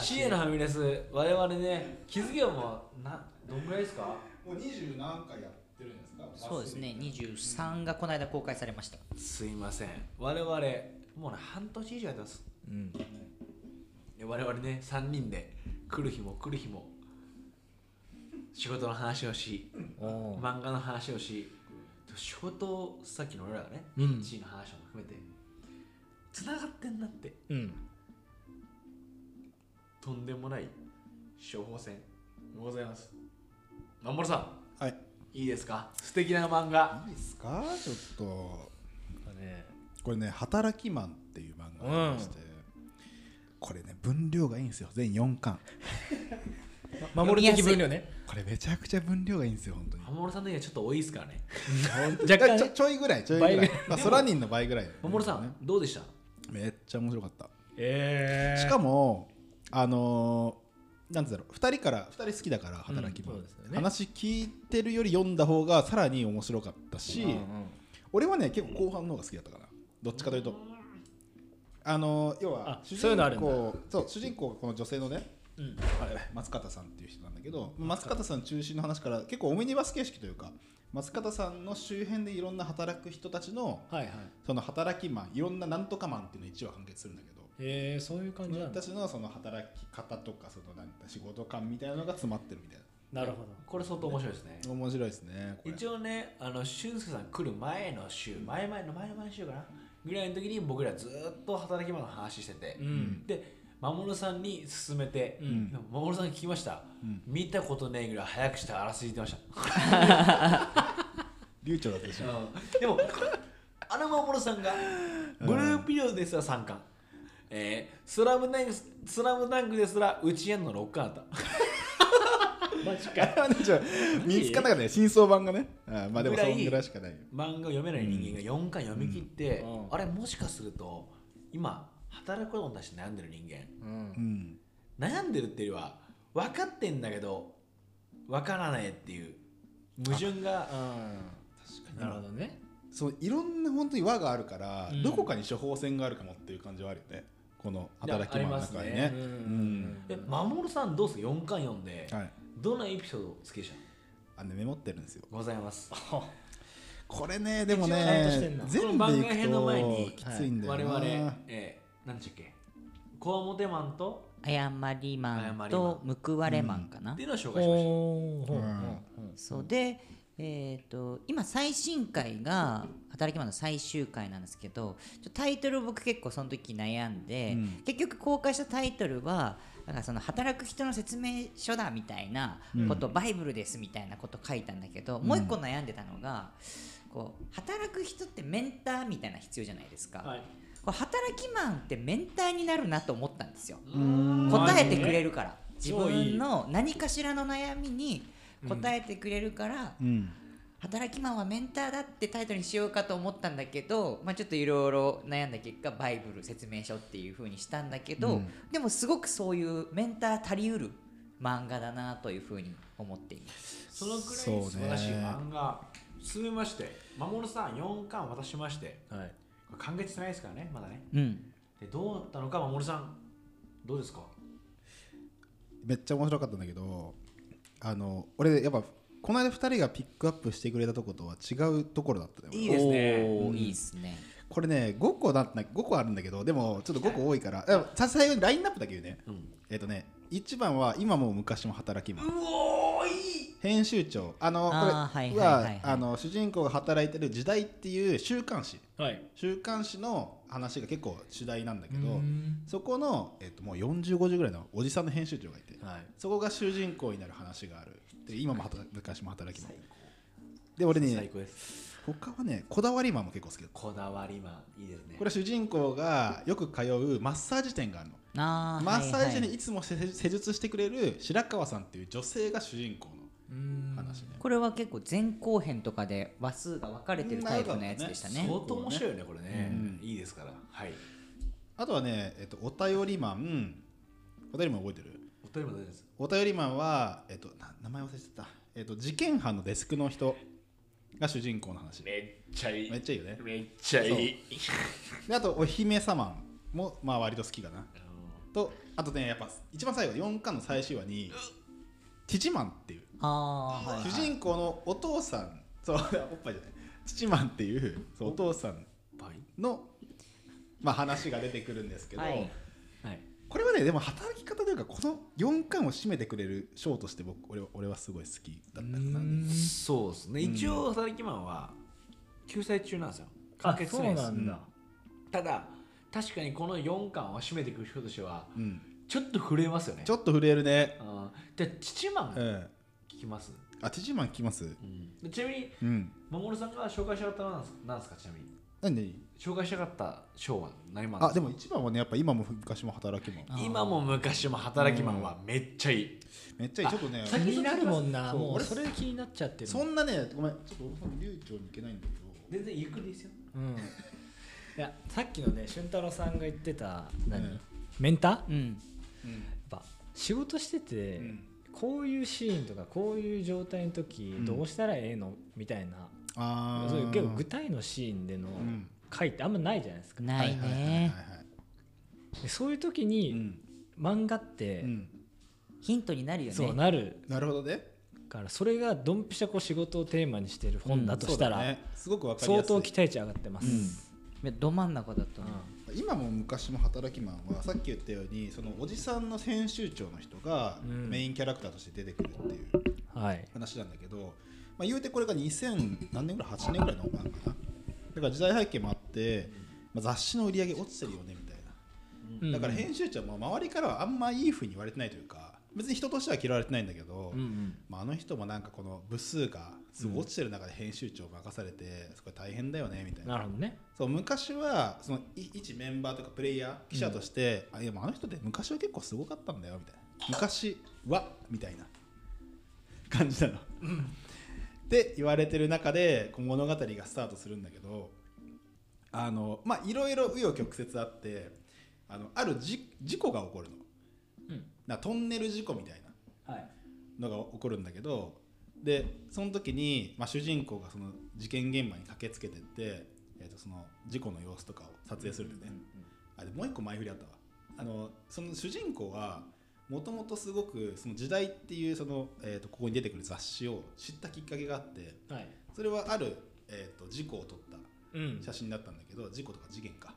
Speaker 1: シ
Speaker 4: 私
Speaker 1: エのファミレス我々ね気づけばもうなどんぐらいですか
Speaker 3: もう二十何回やってるんですか
Speaker 2: そうですね23がこの間公開されました
Speaker 1: すいません我々もうね半年以上やってます
Speaker 4: うん
Speaker 1: で我々ね3人で来る日も来る日も仕事の話をし
Speaker 4: おー
Speaker 1: 漫画の話をし仕事さっきの俺らがね、
Speaker 4: うん
Speaker 1: 地位の話も含めてつながってんなって
Speaker 4: うん
Speaker 1: とんでもない処方箋ございますまんぼるさ
Speaker 3: はい
Speaker 1: んいいですか素敵な漫画
Speaker 3: いいですかちょっと
Speaker 4: なんかね
Speaker 3: これね「働きマン」っていう漫画がありまして、これね分量がいいんですよ全4巻
Speaker 4: 守る的分量ね
Speaker 3: これめちゃくちゃ分量がいいんですよ本当に
Speaker 1: まんぼるさんの家はちょっと多いですからね
Speaker 3: [laughs]
Speaker 4: 若干
Speaker 3: ちょ
Speaker 4: ね
Speaker 3: ちょいぐらいちょいぐらい
Speaker 4: 倍ぐ
Speaker 3: まあ、ソラニンの倍ぐらい
Speaker 1: まんぼるさん、どうでした
Speaker 3: めっちゃ面白かった
Speaker 4: え
Speaker 3: しかもあのーなんつうんだろう2人から二人好きだから働きも、
Speaker 4: うんそうですよね
Speaker 3: 話聞いてるより読んだ方がさらに面白かったし、俺はね結構後半の方が好きだったかなどっちかというとあのー要は
Speaker 4: あ
Speaker 3: 主
Speaker 4: そうい
Speaker 3: 人
Speaker 4: うのあるんだ
Speaker 3: 公そう主人公がこの女性のね
Speaker 4: うん
Speaker 3: あれ松方さんっていう人なんだけど松方さん中心の話から結構オムニバス形式というか松方さんの周辺でいろんな働く人たちの
Speaker 4: はいはい
Speaker 3: その働きマンいろんななんとかマンっていうの一話完結するんだけど
Speaker 4: へえそういう感じなんだ
Speaker 3: 私のその働き方とかそのなんか仕事感みたいなのが詰まってるみたい
Speaker 4: なるほど
Speaker 1: これ相当面白いですね
Speaker 3: な面白いですねこれ
Speaker 1: 一応ねあの俊介さん来る前の週前々の前々の週かなぐらいの時に僕らずっと働き者の話してて、
Speaker 4: うん
Speaker 1: で守さんに勧めて、
Speaker 4: うん
Speaker 1: 守さんに聞きました、
Speaker 3: うん
Speaker 1: 見たことないぐらい早くしてあらすじ言ってまし
Speaker 3: 流暢だったでしょ
Speaker 1: た、 [laughs] でもあの守さんがグループリオですら3巻、えースラムダンクスラムダンクですらうちやんの6巻あったマジ
Speaker 3: あれはねちょっと見つかんなかったね真相版がねうんまあでも
Speaker 1: ぐ
Speaker 3: そ
Speaker 1: らい
Speaker 3: んぐらいしかないよ
Speaker 1: 漫画を読めない人間が4回読み切って、
Speaker 4: うんうん
Speaker 1: あれもしかすると今働くことに対して悩んでる人
Speaker 4: うん
Speaker 3: うん
Speaker 1: 間悩んでるっていうよりは分かってんだけど分からないっていう矛盾が
Speaker 4: なるほどね
Speaker 3: そういろんな本当に輪があるから、
Speaker 4: うん
Speaker 3: どこかに処方箋があるかもっていう感じはあるよねこの働き
Speaker 1: いや
Speaker 3: 者の中にね
Speaker 1: あり
Speaker 4: う
Speaker 1: ますね
Speaker 4: ん
Speaker 1: えマモルさんどうすか4巻読んで、
Speaker 3: はい
Speaker 1: どんなエピソードをつけちゃ
Speaker 3: あのねメモってるんですよ
Speaker 1: うございます
Speaker 3: これねでもね
Speaker 4: 一応ちゃんとしてんな
Speaker 1: こ
Speaker 3: 全
Speaker 1: の
Speaker 3: 部
Speaker 1: 番
Speaker 3: い
Speaker 1: 外編の前に
Speaker 3: くとき [laughs] ついんだよ
Speaker 1: 我
Speaker 3: な、
Speaker 1: 々、えー、なんちゃっけコアモテマンと
Speaker 2: 謝りマンと報われマンかな、
Speaker 1: っていうのを紹介しまし
Speaker 4: おー
Speaker 3: うん
Speaker 2: そうで、えー、と今最新回が「働きマン」の最終回なんですけどちょタイトルを僕結構その時悩んで、
Speaker 3: うん
Speaker 2: 結局公開したタイトルはなんかその働く人の説明書だみたいなこと、バイブルですみたいなこと書いたんだけど、もう一個悩んでたのがこう働く人ってメンターみたいな必要じゃないですか、
Speaker 1: た、はい、
Speaker 2: こう働きマンってメンターになるなと思ったんですよ。
Speaker 1: うん
Speaker 2: 答えてくれるから自
Speaker 4: 超いい
Speaker 2: 分の何かしらの悩みに答えてくれるから「
Speaker 3: うん
Speaker 2: 働きマンはメンターだ」ってタイトルにしようかと思ったんだけど、まあ、ちょっといろいろ悩んだ結果バイブル説明書っていう風にしたんだけど、
Speaker 3: うん
Speaker 2: でもすごくそういうメンター足りうる漫画だなという風に思っています。
Speaker 1: そのくらい素晴らしい漫画進めまして守さん4巻渡しまして
Speaker 4: はい
Speaker 1: これ完結してないですからねまだね
Speaker 2: うん、
Speaker 1: でどうだったのか守さんどうですか
Speaker 3: めっちゃ面白かったんだけどあの俺やっぱこの間2人がピックアップしてくれたとことは違うところだったね俺
Speaker 1: いいですね
Speaker 2: おー
Speaker 3: うん
Speaker 2: いいですね。
Speaker 3: これね5個だった5個あるんだけどでもちょっと5個多いからでもさ最後にラインナップだけ言うね
Speaker 1: うん
Speaker 3: えっ、とね1番は今も昔も働きマン
Speaker 1: うおーいい
Speaker 3: 編集長あの
Speaker 2: あー
Speaker 3: これ
Speaker 2: はいはいはいはい
Speaker 3: あの主人公が働いてる「時代」っていう週刊誌
Speaker 4: はい
Speaker 3: 週刊誌の話が結構主題なんだけ
Speaker 4: う
Speaker 3: ど
Speaker 4: ん
Speaker 3: そこの、えっともう4050ぐらいのおじさんの編集長がいて
Speaker 4: はい
Speaker 3: そこが主人公になる話があるで今も働昔も働きますで俺
Speaker 1: 最
Speaker 3: ね
Speaker 1: 高です
Speaker 3: 他はねこだわりマンも結構好きだった
Speaker 1: こだわりマンいいですね
Speaker 3: これは主人公がよく通うマッサージ店があるの
Speaker 2: あー
Speaker 3: マッサー
Speaker 2: は
Speaker 3: ジ
Speaker 2: い
Speaker 3: に
Speaker 2: はい
Speaker 3: いつも施施術してくれる白川さんっていう女性が主人公
Speaker 4: うん
Speaker 3: の話ね
Speaker 2: これは結構前後編とかで話数が分かれてるタイプのやつでしたね。
Speaker 1: 相当面白いよねこれね、
Speaker 3: うん
Speaker 1: いいですからはい
Speaker 3: あとはね、えっと、お便りマンお便りマン覚えてる
Speaker 1: お便りも大事です
Speaker 3: お便りマンは、えっと、な名前忘れてた、えっと、事件班のデスクの人が主人公の話め
Speaker 1: めっちゃい
Speaker 3: っちゃいいよね
Speaker 1: めっちゃ
Speaker 3: いであとお姫様もまあ割と好きかなとあとねやっぱ一番最後4巻の最終話にティチマンっていう
Speaker 2: あーはいはい
Speaker 3: 主人公のお父さんそうおっぱいじゃないティチマンっていうそうお父さんの、まあ、話が出てくるんですけど、
Speaker 2: はい
Speaker 1: はい
Speaker 3: これはねでも働き方というかこの4巻を締めてくれる章として僕俺は俺はすごい好きだったかな
Speaker 1: そうですね
Speaker 3: うん
Speaker 1: 一応働きマンは救済中なんですよ
Speaker 4: あ
Speaker 1: 完結し
Speaker 4: そ
Speaker 1: な
Speaker 4: う
Speaker 1: いで
Speaker 4: な
Speaker 1: す
Speaker 4: んだ
Speaker 1: ただ確かにこの4巻を締めていく人としては
Speaker 3: うん、
Speaker 1: ちょっと震えますよね
Speaker 3: ちょっと震えるね、
Speaker 1: あーじゃあ父マン
Speaker 3: うん、
Speaker 1: 聞きます、
Speaker 3: あティチマン聞きます
Speaker 1: うんでちなみに
Speaker 3: うん
Speaker 1: 守さんが紹介したかったのはなんすなんですかちなみに
Speaker 3: 何でいい
Speaker 1: 紹介したかった賞は何マン
Speaker 3: あ
Speaker 1: です
Speaker 3: でも一番はねやっぱ今も昔も働きも
Speaker 1: か今も昔も働きマンはめっちゃいい、
Speaker 3: めっちゃいいちょっとね
Speaker 1: あ
Speaker 4: 気になるもんな
Speaker 3: そう
Speaker 4: もう
Speaker 3: 俺
Speaker 4: それ気になっちゃってる
Speaker 3: そんなねごめんちょっと俺さん流暢にいけないんだけど
Speaker 1: 全然ゆっくりですよ
Speaker 4: うんいやさっきのね俊太郎さんが言ってた何、
Speaker 3: うん
Speaker 4: メンターやっ
Speaker 2: うん
Speaker 3: うん
Speaker 4: ぱ仕事してて、
Speaker 3: うん
Speaker 4: こういうシーンとかこういう状態の時
Speaker 3: ん
Speaker 4: どうしたらええのみたいな、
Speaker 3: あー
Speaker 4: そういう結構具体のシーンでの
Speaker 3: ん
Speaker 4: 回ってあんまないじゃないですか、
Speaker 2: ない
Speaker 3: はいはいはい
Speaker 2: ね
Speaker 3: はい
Speaker 4: でそういう時
Speaker 3: う
Speaker 4: に
Speaker 3: ん
Speaker 4: 漫画って、
Speaker 3: うん
Speaker 2: ヒントになるよ
Speaker 4: そう
Speaker 2: ね
Speaker 4: なる
Speaker 3: なるほどね
Speaker 4: からそれがドンピシャこう仕事をテーマにしてる本だとしたら、
Speaker 3: そうだねすごくわかりや
Speaker 4: 相
Speaker 3: す
Speaker 4: 当
Speaker 3: い
Speaker 4: 期待値上がってます、
Speaker 2: ど真ん中だった
Speaker 4: うん
Speaker 2: ね
Speaker 3: 今も昔も働きマンはさっき言ったようにそのおじさんの編集長の人が
Speaker 4: うん
Speaker 3: メインキャラクターとして出てくるっていう
Speaker 4: はい
Speaker 3: 話なんだけど、まあ、言うてこれが2000何年ぐらい8年ぐらいの漫画かなだから時代背景もあって、まあ、雑誌の売り上げ落ちてるよねみたいなだから編集長も周りからはあんまいいふうに言われてないというか別に人としては嫌われてないんだけど、
Speaker 4: うんうん
Speaker 3: まあ、あの人もなんかこの部数がすごい落ちてる中で編集長を任されてすごい大変だよねみたいな
Speaker 4: なるほどね
Speaker 3: そう昔はそのい一メンバーとかプレイヤー記者として、あいやもうあの人って昔は結構すごかったんだよみたいな昔はみたいな感じなの。って言われてる中でこう物語がスタートするんだけどあのまあいろいろ紆余曲折あってあのあるじ事故が起こるの。
Speaker 1: うん
Speaker 3: なトンネル事故みたいな
Speaker 1: はい
Speaker 3: のが起こるんだけどでその時に、まあ、主人公がその事件現場に駆けつけてって、えー、とその事故の様子とかを撮影するんだよね、あでもう一個前振りあったわあのその主人公はもともとすごくその時代っていうその、えー、とここに出てくる雑誌を知ったきっかけがあって
Speaker 4: はい
Speaker 3: それはある、えー、と事故を撮った
Speaker 4: うん
Speaker 3: 写真だったんだけど事故とか事件か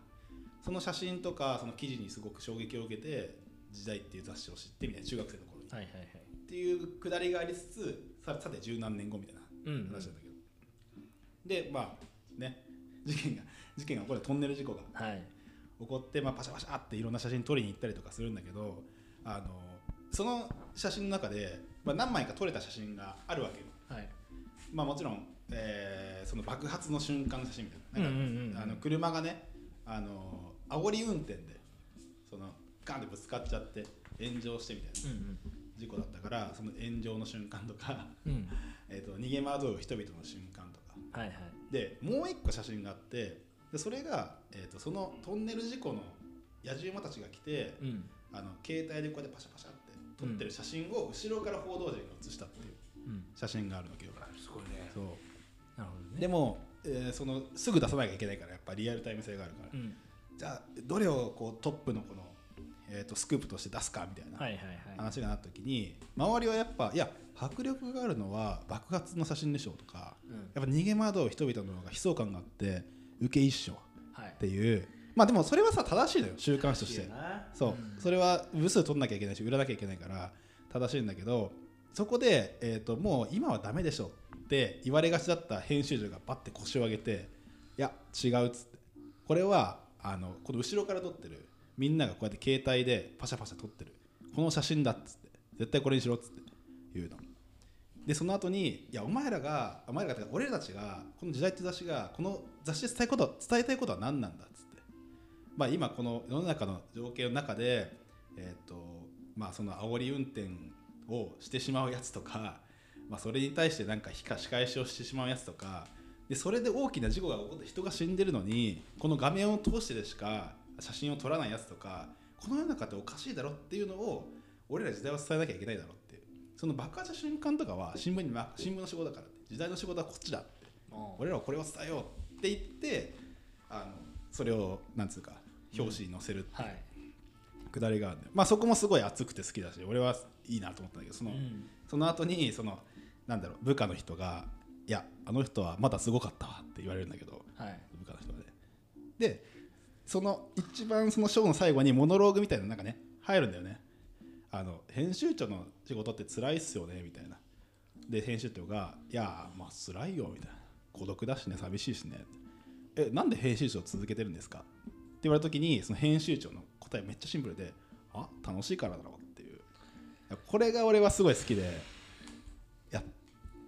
Speaker 3: その写真とかその記事にすごく衝撃を受けて時代っていう雑誌を知ってみたいな中学生の頃に、
Speaker 4: はいはいはい
Speaker 3: っていうくだりがありつつささて十何年後みたいな
Speaker 4: うんうん
Speaker 3: 話なんだけど、でまあね事件が事件が起こるトンネル事故が
Speaker 4: はい
Speaker 3: 起こって、まあ、パシャパシャっていろんな写真撮りに行ったりとかするんだけどあのその写真の中で、まあ、何枚か撮れた写真があるわけよ、
Speaker 4: はい
Speaker 3: まあ、もちろん、えーその爆発の瞬間の写真みたいななんか、
Speaker 4: うんうんうん
Speaker 3: あの車がねあの煽り運転でそのガンってぶつかっちゃって炎上してみたいな
Speaker 4: うん
Speaker 3: 事故だったからその炎上の瞬間とか、 [laughs]
Speaker 4: うんうん
Speaker 3: えー、と逃げ惑う人々の瞬間とか
Speaker 4: はいはい
Speaker 3: でもう一個写真があってでそれが、えー、とそのトンネル事故の野次馬たちが来て、
Speaker 4: うん
Speaker 3: あの携帯でこうやってパシャパシャって撮ってる写真を後ろから報道陣が写したっていう
Speaker 4: うん
Speaker 3: 写真があるわけよ。
Speaker 1: すごいね
Speaker 3: そう
Speaker 4: なるほどね
Speaker 3: でも、えーそのすぐ出さなきゃいけないからやっぱリアルタイム性があるから、
Speaker 4: うん
Speaker 3: じゃあどれをこうトップのこの、えー、とスクープとして出すかみたいな
Speaker 4: はいはいはい
Speaker 3: 話がなった時に周りはやっぱいや迫力があるのは爆発の写真でしょうとか
Speaker 4: うん
Speaker 3: やっぱ逃げ惑う人々の方が悲壮感があって受け一緒っ
Speaker 4: はい
Speaker 3: ていうまあでもそれはさ正しいのよ週刊誌とし
Speaker 1: い
Speaker 3: て
Speaker 1: いな
Speaker 3: そう、それは部数取んなきゃいけないし売らなきゃいけないから正しいんだけどそこで、えー、ともう今はダメでしょって言われがちだった編集長がバッて腰を上げていや違うっつってこれはあのこの後ろから撮ってるみんながこうやって携帯でパシャパシャ撮ってるこの写真だっつって絶対これにしろっつって言うのでその後にいやお前らがお前らがってか俺らたちがこの時代って雑誌がこの雑誌で伝えること伝えたいことは何なんだっつってまあ、今この世の中の情景の中で、えーとまあ、その煽り運転をしてしまうやつとか、まあ、それに対してなんかひか仕返しをしてしまうやつとかでそれで大きな事故が起こって人が死んでるのにこの画面を通してでしか写真を撮らないやつとかこの世の中っておかしいだろっていうのを俺ら時代は伝えなきゃいけないだろっていうその爆発した瞬間とかは新聞に、ま、新聞の仕事だからって時代の仕事はこっちだって俺らはこれを伝えようって言ってあのそれをなんつうか表紙に載せる
Speaker 4: はい
Speaker 3: くだりがあるんで、まあそこもすごい熱くて好きだし俺はいいなと思ったんだけどその、
Speaker 4: うん
Speaker 3: その後にそのなんだろう部下の人が「いやあの人はまだすごかったわ」って言われるんだけど
Speaker 4: はい
Speaker 3: 部下の人がねでその一番そのショーの最後にモノローグみたいなのなんかね入るんだよねあの編集長の仕事って辛いっすよねみたいなで編集長が「いやまあ辛いよ」みたいな「孤独だしね寂しいしね」えなんで編集長続けてるんですか?」って言われた時にその編集長の答えめっちゃシンプルで「あ楽しいからだろ」っていういやこれが俺はすごい好きでいや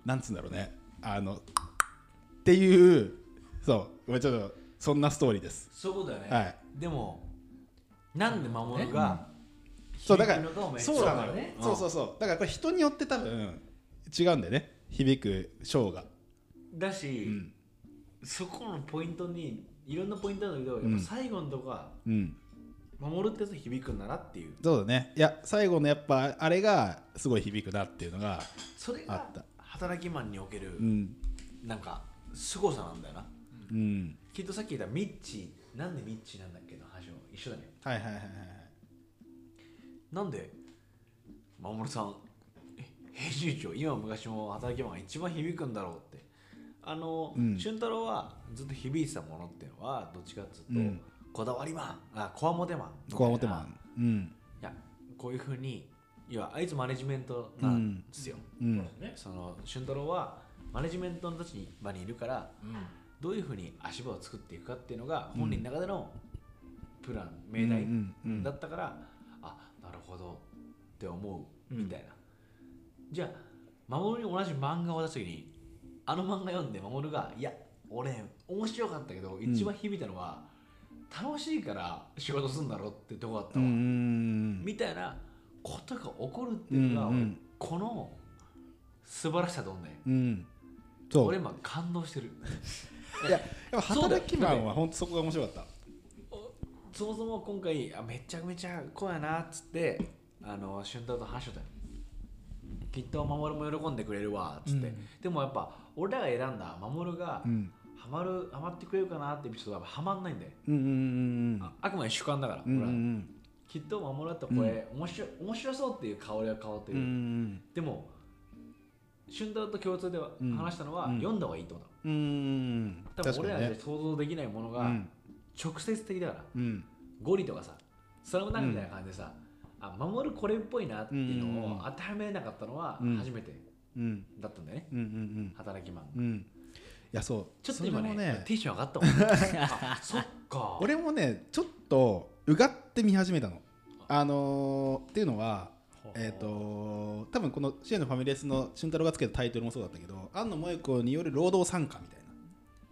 Speaker 3: なんつうんだろうねあのっていうそうごめんちょっとそんなストーリーです
Speaker 1: そういうことだよね、
Speaker 3: はい
Speaker 1: でもなんで守るが、
Speaker 3: そうだから
Speaker 1: 響くのがお前
Speaker 3: そうなのよ、
Speaker 1: ね
Speaker 3: そうそうそうだからこれ人によって多分違うんだよね響くショーが
Speaker 1: だし、
Speaker 3: うん
Speaker 1: そこのポイントにいろんなポイントあるんだけど、
Speaker 3: ん
Speaker 1: やっぱ最後のとこは
Speaker 3: うん
Speaker 1: 守るってやつ響くんだなっていう
Speaker 3: そうだねいや最後のやっぱあれがすごい響くなっていうのが
Speaker 1: それ
Speaker 3: あ
Speaker 1: が
Speaker 3: った
Speaker 1: 働きマンにおける
Speaker 3: うん
Speaker 1: なんか凄さなんだよな、
Speaker 3: うん
Speaker 1: きっとさっき言ったミッチーなんでミッチーなんだっけの話も一緒だね
Speaker 3: はいはいはいはい
Speaker 1: なんで守さんえ編集長今も昔も働きマンが一番響くんだろうってあの、
Speaker 3: うん
Speaker 1: 俊太郎はずっと響いてたものっていうのはどっちかっつう
Speaker 3: う
Speaker 1: と、
Speaker 3: ん
Speaker 1: こだわりマンあこわもてマンみたいな
Speaker 3: こわもてマンうん
Speaker 1: いやこういうふうにいやあいつマネジメントなんですよ、
Speaker 3: うん
Speaker 4: ね
Speaker 1: その俊太郎はマネジメントの立場にいるから
Speaker 4: うん
Speaker 1: どういうふうに足場を作っていくかっていうのが本人の中でのプラン、命
Speaker 3: うんうんうん
Speaker 1: 題だったから、あなるほどって思うみたいな、じゃあ守に同じ漫画を出す時にあの漫画読んで守がいや俺面白かったけど一番響いたのは、楽しいから仕事するんだろうってとこだった
Speaker 3: う
Speaker 1: わ、
Speaker 3: ん
Speaker 1: みたいなことが起こるっていうのが、
Speaker 3: うんうん
Speaker 1: この素晴らしさどんね
Speaker 3: うんそう
Speaker 1: 俺今感動してる
Speaker 3: いややっぱ
Speaker 1: そうだよ
Speaker 3: 働きマンは本当そこが面白かった
Speaker 1: そもそも今回あめちゃくちゃこうやなっつってあの俊太と話しとったよきっと守も喜んでくれるわっつって、
Speaker 4: うん
Speaker 1: でもやっぱ俺らが選んだ守が、
Speaker 3: うん
Speaker 1: ハマるハマってくれるかなってエピソードはハマんないんだよ、
Speaker 3: うんうん
Speaker 1: ああくまで主観だから、
Speaker 3: うんうん
Speaker 1: 俺
Speaker 3: う
Speaker 1: は
Speaker 3: ん
Speaker 1: きっと守だとこれ、面白面白そうっていう香りが変わって
Speaker 3: うんう
Speaker 1: る、
Speaker 3: ん
Speaker 1: でも俊太と共通では
Speaker 3: うん
Speaker 1: 話したのは、
Speaker 3: うん
Speaker 1: 読んだ方がいいってこと
Speaker 3: うんうん
Speaker 1: 多
Speaker 3: 確
Speaker 1: 分
Speaker 3: かに
Speaker 1: 俺らで
Speaker 3: ね
Speaker 1: 想像できないもの
Speaker 3: う
Speaker 1: が
Speaker 3: ん
Speaker 1: 直接的だから、
Speaker 3: うん
Speaker 1: ゴリとかさスラムダンクみたいな感じでさ、あ守るこれっぽいなっていう
Speaker 3: うんうん
Speaker 1: の
Speaker 3: うん
Speaker 1: を当てはめなかったのは
Speaker 3: うん
Speaker 1: 初めて
Speaker 3: うん
Speaker 1: だったんだよね、
Speaker 3: うんうん
Speaker 1: 働きマン、
Speaker 3: うんうんいやそう
Speaker 1: ちょっと今
Speaker 3: それ
Speaker 1: ね
Speaker 3: もね
Speaker 1: テンション上がった
Speaker 3: [laughs]
Speaker 1: もんあそっか
Speaker 3: 俺もねちょっとうがって見始めたのあのーっていうのはえっ、と多分この「支援のファミレス」の俊太郎がつけたタイトルもそうだったけど庵野萌子による労働参加みたいな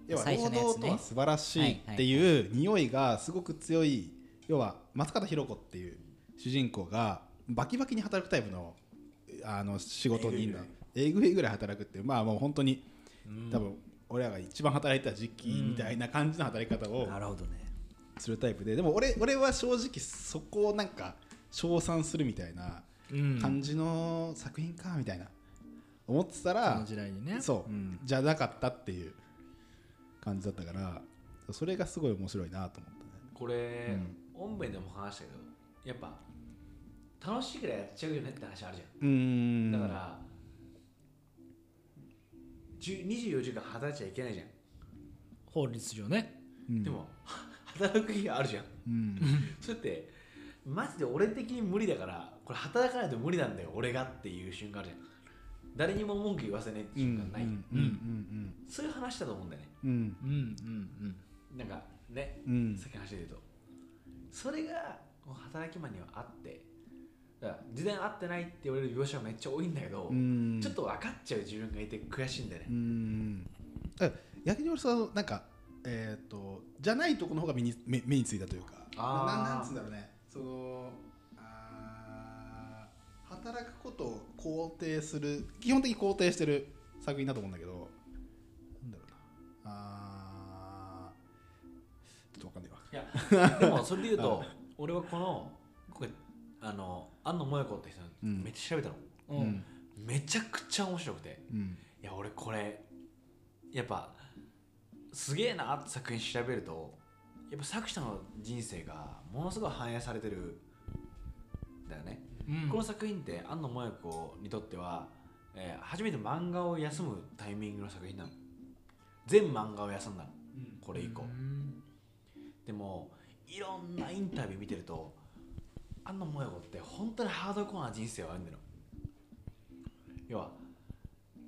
Speaker 3: 要は
Speaker 2: 最初のやつ
Speaker 3: 労
Speaker 2: ね
Speaker 3: 働とは素晴らしいっていう匂いがすごく強い要は松方弘子っていう主人公がバキバキに働くタイプのあの仕事人だえぐいぐらい働くっていうまあもう本当に多分俺らが一番働いてた時期みたいな感じの働き方を
Speaker 5: なるほどね
Speaker 3: するタイプででも俺俺は正直そこをなんか称賛するみたいな
Speaker 4: うん
Speaker 3: 感じの作品かみたいな思ってた
Speaker 4: そ
Speaker 3: ら
Speaker 4: の時代にね
Speaker 3: そう、
Speaker 5: うん
Speaker 3: じゃなかったっていう感じだったからそれがすごい面白いなと思ったね
Speaker 1: これ、本編でも話したけどやっぱ楽しいからやっちゃうよねって話あるじゃん
Speaker 3: うーん
Speaker 1: だから、10 24時間働いちゃいけないじゃん、
Speaker 4: 法律上ね
Speaker 3: うん
Speaker 1: でも [laughs] 働く日があるじゃん
Speaker 3: うん
Speaker 1: それってマジで俺的に無理だからこれ働かないと無理なんだよ俺がっていう瞬間あるじゃん誰にも文句言わせないって
Speaker 3: うん
Speaker 1: 瞬間ない、
Speaker 3: うんうん
Speaker 1: そういう話だと思うんだよね
Speaker 3: うんうん
Speaker 4: うんうん
Speaker 1: なんかね
Speaker 3: うん
Speaker 1: さっきの話で言うとそれがこう働きマンにはあってだから事前合ってないって言われる描写はめっちゃ多いんだけど、
Speaker 3: うん
Speaker 1: ちょっと分かっちゃう自分がいて悔しいんだよね
Speaker 3: う、んだから逆に俺そのなんかえっ、とじゃないとこの方が目に目目についたというか
Speaker 1: あー
Speaker 3: ななんつうんだろうねそのあー働くことを肯定する基本的に肯定してる作品だと思うんだけどなんだろうなあーちょっとわかんないわ
Speaker 1: いやでもそれで言うと俺はこのこれあの安野萌子って人
Speaker 3: うん
Speaker 1: めっちゃ調べたの、
Speaker 4: うんうん
Speaker 1: めちゃくちゃ面白くて
Speaker 3: うん
Speaker 1: いや俺これやっぱすげえなって作品調べるとやっぱ作者の人生がものすごい反映されてるんだよね、
Speaker 4: うん
Speaker 1: この作品って安野萌子にとっては、えー初めて漫画を休むタイミングの作品なの全漫画を休んだのこれ以降、
Speaker 4: うん
Speaker 1: でもいろんなインタビュー見てると安野萌子って本当にハードコアな人生を歩んでるの要は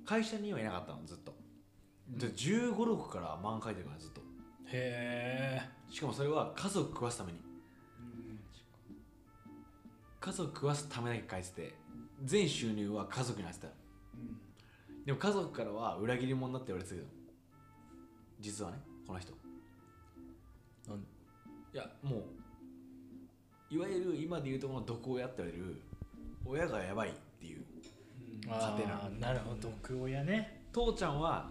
Speaker 1: 会社にはいなかったのずっとで1 5六6から漫画描いてるからずっと
Speaker 4: へえ
Speaker 1: しかもそれは家族食わすために家族食わすためだけ書いてて全収入は家族に当てたのでも家族からは裏切り者だって言われてたけど実はねこの人
Speaker 5: なんで
Speaker 1: いやもういわゆる今で言うとこの毒親って言われる親がやばいっていう
Speaker 4: あ
Speaker 1: 勝てな
Speaker 4: ーなるほど毒親ね
Speaker 1: 父ちゃんは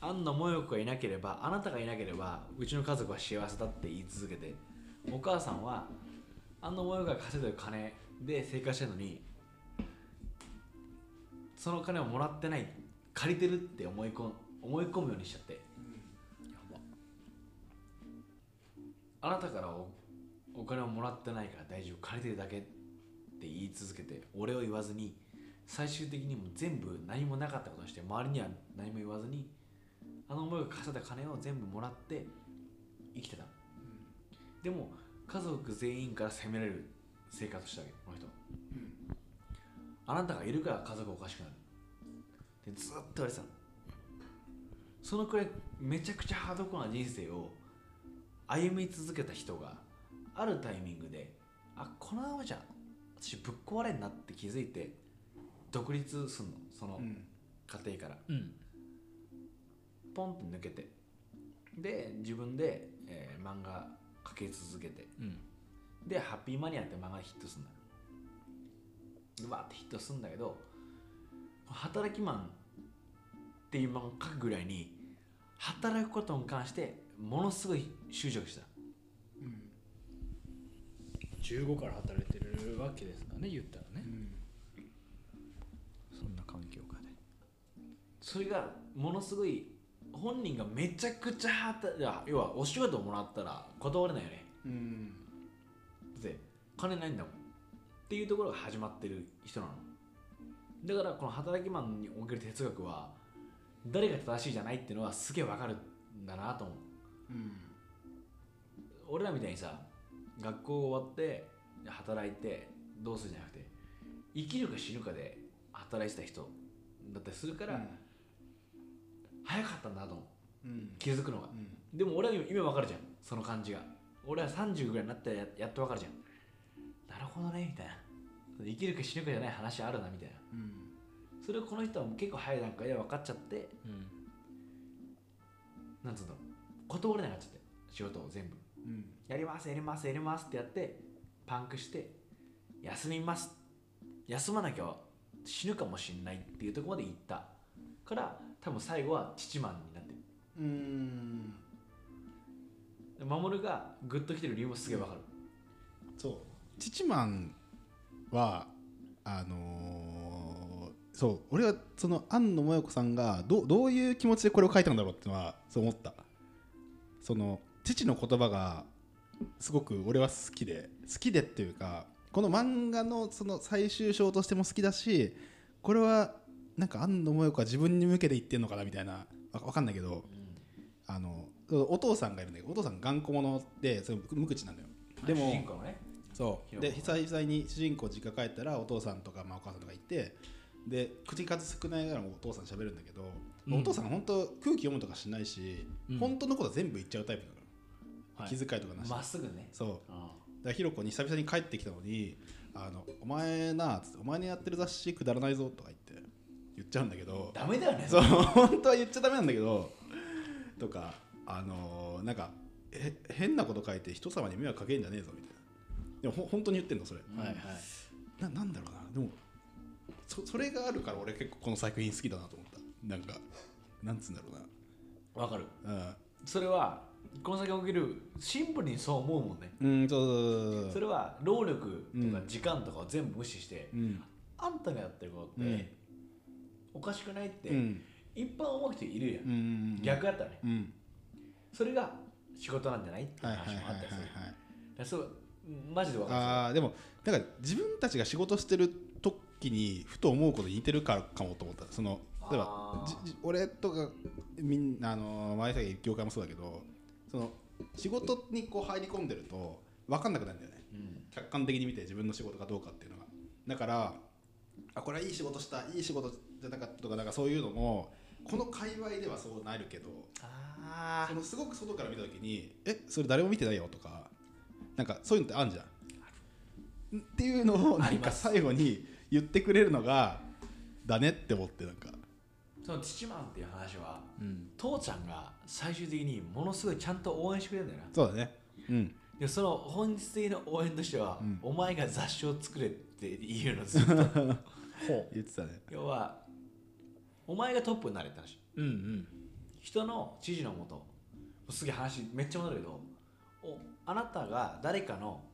Speaker 1: 安野萌子がいなければあなたがいなければうちの家族は幸せだって言い続けてお母さんは安野萌子が稼いでる金で生活してるのにその金をもらってない借りてるって思い込ん思い込むようにしちゃって、あなたからおお金をもらってないから大丈夫借りてるだけって言い続けて俺を言わずに最終的にも全部何もなかったことにして周りには何も言わずにあの思いが稼いだ金を全部もらって生きてた、でも家族全員から責められる生活をしたわけこの人、あなたがいるから家族おかしくなるってずっと言われてたのそのくらいめちゃくちゃハードコアな人生を歩み続けた人があるタイミングであこのままじゃ私ぶっ壊れんなって気づいて独立すんのその
Speaker 3: うん
Speaker 1: 家庭から、
Speaker 4: うん
Speaker 1: ポンって抜けてで自分で、えー漫画描き続けて
Speaker 4: うん
Speaker 1: で「ハッピーマニア」って漫画ヒットすんだでわーってヒットすんだけどこ働きマンっていう漫画書くぐらいに働くことに関してものすごい執着した
Speaker 4: 15から働いてるわけですからね言ったらね、
Speaker 5: そんな環境下で
Speaker 1: それがものすごい本人がめちゃくちゃ働いや要はお仕事もらったら断れないよね
Speaker 3: うん
Speaker 1: だって金ないんだもんっていうところが始まってる人なのだからこの働きマンにおける哲学は誰が正しいじゃないっていうのはすげえわかるんだなと思う俺らみたいにさ学校終わって働いてどうするじゃなくて生きるか死ぬかで働いてた人だったりするから、早かったんだと思う
Speaker 3: うん
Speaker 1: 気づくのがでも俺は今今わかるじゃんその感じが俺は30ぐらいになってややっとわかるじゃんなるほどねみたいな生きるか死ぬかじゃない話あるなみたいなそれをこの人は結構早い段階で分かっちゃって
Speaker 5: うん
Speaker 1: なんつうんだろう断れなくなっちゃって仕事を全部やりますやりますやりますってやってパンクして休みます休まなきゃ死ぬかもしんないっていうところまで行ったから多分最後は父マンになってる
Speaker 3: うん
Speaker 1: で守がグッときてる理由もすげえわかる、
Speaker 3: そう父マンはあのーそう俺はその庵野もよこさんがどうどういう気持ちでこれを書いたんだろうってのはそう思ったその父の言葉がすごく俺は好きで好きでっていうかこの漫画のその最終章としても好きだしこれはなんか庵野もよこは自分に向けて言ってんのかなみたいなわわかんないけど、あのお父さんがいるんだけどお父さん頑固者でそれ無口なんだよで
Speaker 1: 主人
Speaker 3: も
Speaker 1: 公のね
Speaker 3: そうで久々に主人公実家帰ったらお父さんとか、まあ、お母さんとかいてで口数少ないながらもお父さん喋るんだけど、
Speaker 4: うん
Speaker 3: お父さん本当空気読むとかしないし、
Speaker 5: うん
Speaker 3: 本当のこと全部言っちゃうタイプだから、
Speaker 1: はい
Speaker 3: 気遣いとかなし、
Speaker 1: まっすぐね
Speaker 3: そう
Speaker 1: あ
Speaker 3: だからひろこに久々に帰ってきたのに「あのお前な」つって「お前のやってる雑誌くだらないぞ」とか言って言っちゃうんだけど
Speaker 1: ダメだよね
Speaker 3: [laughs] そう本当は言っちゃダメなんだけどとかあのーなんかへ変なこと書いて人様に迷惑かけんじゃねえぞみたいなでもほ本当に言ってんのそれ、
Speaker 1: はいはい
Speaker 3: ななんだろうなでもそそれがあるから俺結構この作品好きだなと思ったなんかなんつうんだろ
Speaker 1: わかる
Speaker 3: うな
Speaker 1: それはこの先起きるシンプルにそう思うもんね
Speaker 3: うんうんそうそうそう
Speaker 1: そ
Speaker 3: れ
Speaker 1: れは労力とか
Speaker 3: うん
Speaker 1: 時間とかを全部無視して、
Speaker 3: うん
Speaker 1: あんたがやってること
Speaker 3: う
Speaker 1: って、
Speaker 3: ん
Speaker 1: おかしくないって、
Speaker 3: うん
Speaker 1: 一般思う人いるやん、
Speaker 3: うん
Speaker 1: 逆やったらね
Speaker 3: うん
Speaker 1: それが仕事なんじゃないって
Speaker 3: はいはいはい
Speaker 1: 話もあ
Speaker 3: は
Speaker 1: った
Speaker 3: い
Speaker 1: りする、
Speaker 3: はい
Speaker 1: だからそうマジで分かる
Speaker 3: あーでもなんか自分たちが仕事してる時にふと思うことに似てるからかもと思ったその例えば
Speaker 1: あー
Speaker 3: じじ俺とかみんなあの前先業界もそうだけどその仕事にこう入り込んでると分かんなくなるんだよね
Speaker 1: うん
Speaker 3: 客観的に見て自分の仕事かどうかっていうのがだからあこれはいい仕事したいい仕事じゃなかったとかなんかそういうのもこの界隈ではそうなるけど
Speaker 1: あ
Speaker 3: そのすごく外から見た時に「えそれ誰も見てないよ」とかなんかそういうのってあるじゃん。っていうのを
Speaker 1: あ
Speaker 3: な
Speaker 1: り
Speaker 3: ん
Speaker 1: ま
Speaker 3: か
Speaker 1: す
Speaker 3: 最後に言ってくれるのがだねって思ってなんか
Speaker 1: ーその父マンっていう話は
Speaker 5: うん
Speaker 1: 父ちゃんが最終的にものすごいちゃんと応援してくれるんだよな
Speaker 3: そうだねうん
Speaker 1: でその本質的な応援としては、
Speaker 3: うん
Speaker 1: お前が雑誌を作れって言うのずっと
Speaker 4: ほ
Speaker 3: 言ってたね
Speaker 1: 要はお前がトップになれって話
Speaker 5: うんうん
Speaker 1: 人の指示のもとすげえ話めっちゃ戻るけどおあなたが誰かの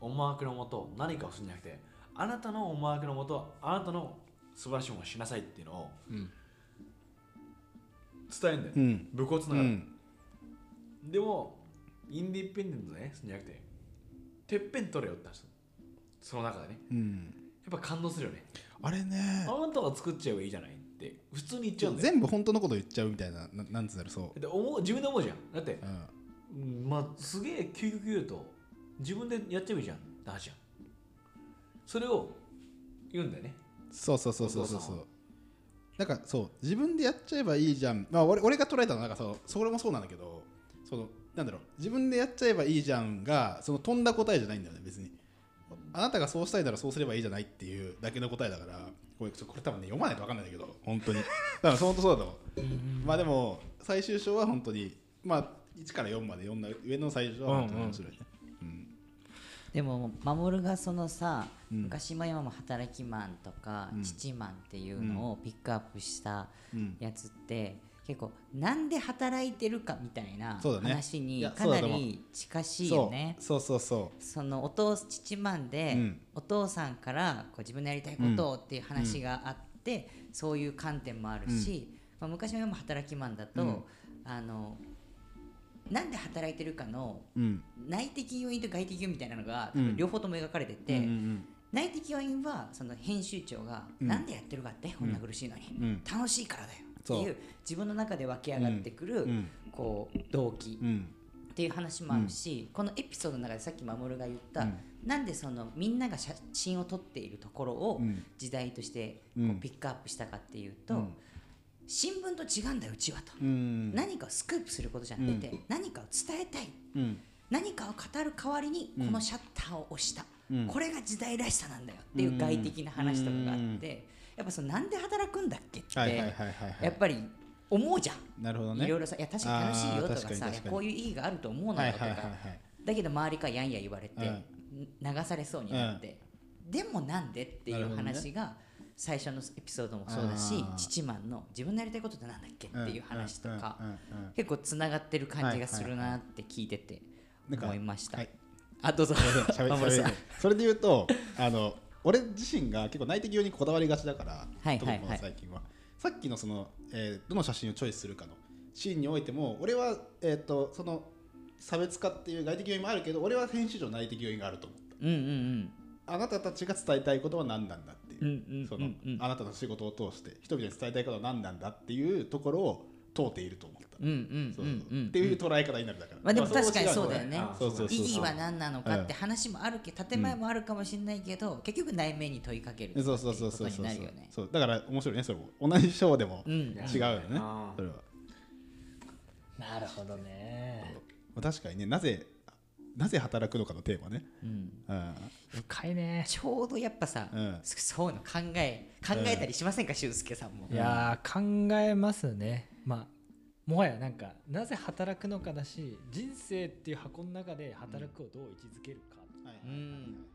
Speaker 1: 思惑のもと何かをするんじゃなくてあなたの思惑のもとあなたの素晴らしいものをしなさいっていうのを
Speaker 5: うん
Speaker 1: 伝えるんだよ、
Speaker 3: うん
Speaker 1: 武骨な
Speaker 3: う
Speaker 1: がら、
Speaker 3: ん
Speaker 1: でもインディペンデントねするんじゃなくててっぺん取れよって話その中でね
Speaker 3: うん
Speaker 1: やっぱ感動するよね
Speaker 3: あれね
Speaker 1: あなたが作っちゃえばいいじゃないって普通に言っちゃうんだよ
Speaker 3: 全部本当のこと言っちゃうみたいなななんつうんだろうそ
Speaker 1: だって思う自分で思うじゃんだって
Speaker 3: う、うん、
Speaker 1: うんまあすげえ究極言うと自分でやっちゃえばいいじゃんって話じゃんそれを言うんだよね
Speaker 3: そうそうそうそうそう
Speaker 1: お父
Speaker 3: そ
Speaker 1: さんは
Speaker 3: うなんかそう自分でやっちゃえばいいじゃん、まあ、俺俺が捉えたのはなんかそうそれもそうなんだけどそのなんだろう自分でやっちゃえばいいじゃんがその飛んだ答えじゃないんだよね別にあなたがそうしたいならそうすればいいじゃないっていうだけの答えだからこれちょこれ多分ね読まないと分かんないんだけど本当にだからそのとそうだと思うまあでも最終章は本当にまあ1から4まで読んだ上の最終章は本当に面白いね、うん
Speaker 2: でも守がそのさ、
Speaker 3: うん
Speaker 2: 昔も今も「働きマン」とか「
Speaker 3: うん
Speaker 2: 父マン」っていうのをピックアップした
Speaker 3: うん
Speaker 2: やつって結構なんで働いてるかみたいな
Speaker 3: そうだね
Speaker 2: 話
Speaker 3: い
Speaker 2: に
Speaker 3: や
Speaker 2: かなり近しいよね。
Speaker 3: そうそうそうそう
Speaker 2: そのお父父マンで、
Speaker 3: うん
Speaker 2: お父さんからこう自分のやりたいことをっていう話があって、そういう観点もあるし、まあ、昔の今も働きマンだと、
Speaker 3: うん
Speaker 2: あのなんで働いてるかの
Speaker 3: うん
Speaker 2: 内的要因と外的要因みたいなのが、
Speaker 3: うん
Speaker 2: 多分両方とも描かれてて、
Speaker 3: うんうん
Speaker 2: 内的要因はその編集長が、
Speaker 3: うん
Speaker 2: なんでやってるかってこんな苦しいのに、
Speaker 3: うん
Speaker 2: 楽しいからだよ
Speaker 3: そう
Speaker 2: っていう自分の中で湧き上がってくる、
Speaker 3: うん
Speaker 2: こう動機、
Speaker 3: うん
Speaker 2: っていう話もあるし、このエピソードの中でさっき守が言った、
Speaker 3: うん
Speaker 2: なんでそのみんなが写真を撮っているところを
Speaker 3: うん
Speaker 2: 時代としてこ
Speaker 3: う
Speaker 2: うんピックアップしたかっていうと、
Speaker 3: うん
Speaker 2: 新聞と違うんだようちはと、
Speaker 3: うん
Speaker 2: 何かをスクープすることじゃなくて、何かを伝えたい
Speaker 3: うん
Speaker 2: 何かを語る代わりにこのシャッターを押した、
Speaker 3: うん
Speaker 2: これが時代らしさなんだよっていう外的な話とかがあって、
Speaker 3: うん
Speaker 2: やっぱそのなんで働くんだっけって、
Speaker 3: はいはいはいはいはい
Speaker 2: やっぱり思うじゃん。
Speaker 3: なるほどね
Speaker 2: いろいろさ、いや確かに楽しいよと
Speaker 3: あー確
Speaker 2: か
Speaker 3: かに
Speaker 2: さ、い
Speaker 3: 確
Speaker 2: や
Speaker 3: かに
Speaker 2: こういう意義があると思うの
Speaker 3: は
Speaker 2: よ
Speaker 3: いは
Speaker 2: と
Speaker 3: いはいは
Speaker 2: か、だけど周りからやんや言われて、
Speaker 3: うん
Speaker 2: 流されそうになって、でもなんでってい
Speaker 3: なる
Speaker 2: う
Speaker 3: ほどね
Speaker 2: 話が、最初のエピソードもそうだし
Speaker 3: あー
Speaker 2: 父マンの自分のやりたいことってなんだっけっ
Speaker 3: い
Speaker 2: ていう話とか、
Speaker 3: うんうんうんうん
Speaker 2: 結構つながってる感じがするなって聞いてて
Speaker 3: なんか
Speaker 2: 思いました、
Speaker 3: はい
Speaker 2: あどうぞ
Speaker 3: しゃべしゃべ
Speaker 2: 守さん
Speaker 3: それで言うとあの俺自身が結構内的用にこだわりがちだから、
Speaker 2: はい
Speaker 3: 特にこ
Speaker 2: は
Speaker 3: の
Speaker 2: い
Speaker 3: 最近はさっきのその、えーどの写真をチョイスするかのシーンにおいても俺は、えー、とその差別化っていう外的要因もあるけど俺は編集上内的要因があると思った
Speaker 2: うんうん
Speaker 3: あなたたちが伝えたいことは何なんだっていう,、
Speaker 2: うんうんうんうん
Speaker 3: そのあなたの仕事を通して人々に伝えたいことは何なんだっていうところを問うていると思った、
Speaker 2: うんうん
Speaker 3: そううんそう
Speaker 2: うんうん
Speaker 3: っていう捉え方になるだから、
Speaker 2: まあでも
Speaker 3: そこ
Speaker 2: 確かに
Speaker 3: 違んだ
Speaker 2: そうだよね
Speaker 1: あ
Speaker 3: そうそうそう
Speaker 2: 意
Speaker 3: そう
Speaker 2: 義は何なのかって話もあるけど建前もあるかもしれないけど、結局内面に問いかけるってい
Speaker 3: そうう
Speaker 2: こ
Speaker 3: そうそうそ
Speaker 2: と
Speaker 3: う
Speaker 2: に
Speaker 3: そう
Speaker 2: な
Speaker 3: そ
Speaker 2: る
Speaker 3: う
Speaker 2: よね。
Speaker 3: そうだから面白いねそれも同じ章でも
Speaker 2: う
Speaker 3: 違うん
Speaker 1: や
Speaker 3: よね、
Speaker 1: あー
Speaker 3: それは
Speaker 5: なるほどね
Speaker 3: まあ確かにねなぜなぜ働くのかのテーマね、
Speaker 2: うん
Speaker 3: うん、
Speaker 4: 深いね
Speaker 2: ちょうどやっぱさ、
Speaker 3: うん
Speaker 2: そういうの考え考えたりしませんか、俊介さんも。
Speaker 4: いやー考えますねまあもはやなんかなぜ働くのかだし人生っていう箱の中で働くをどう位置づけるか、
Speaker 2: うん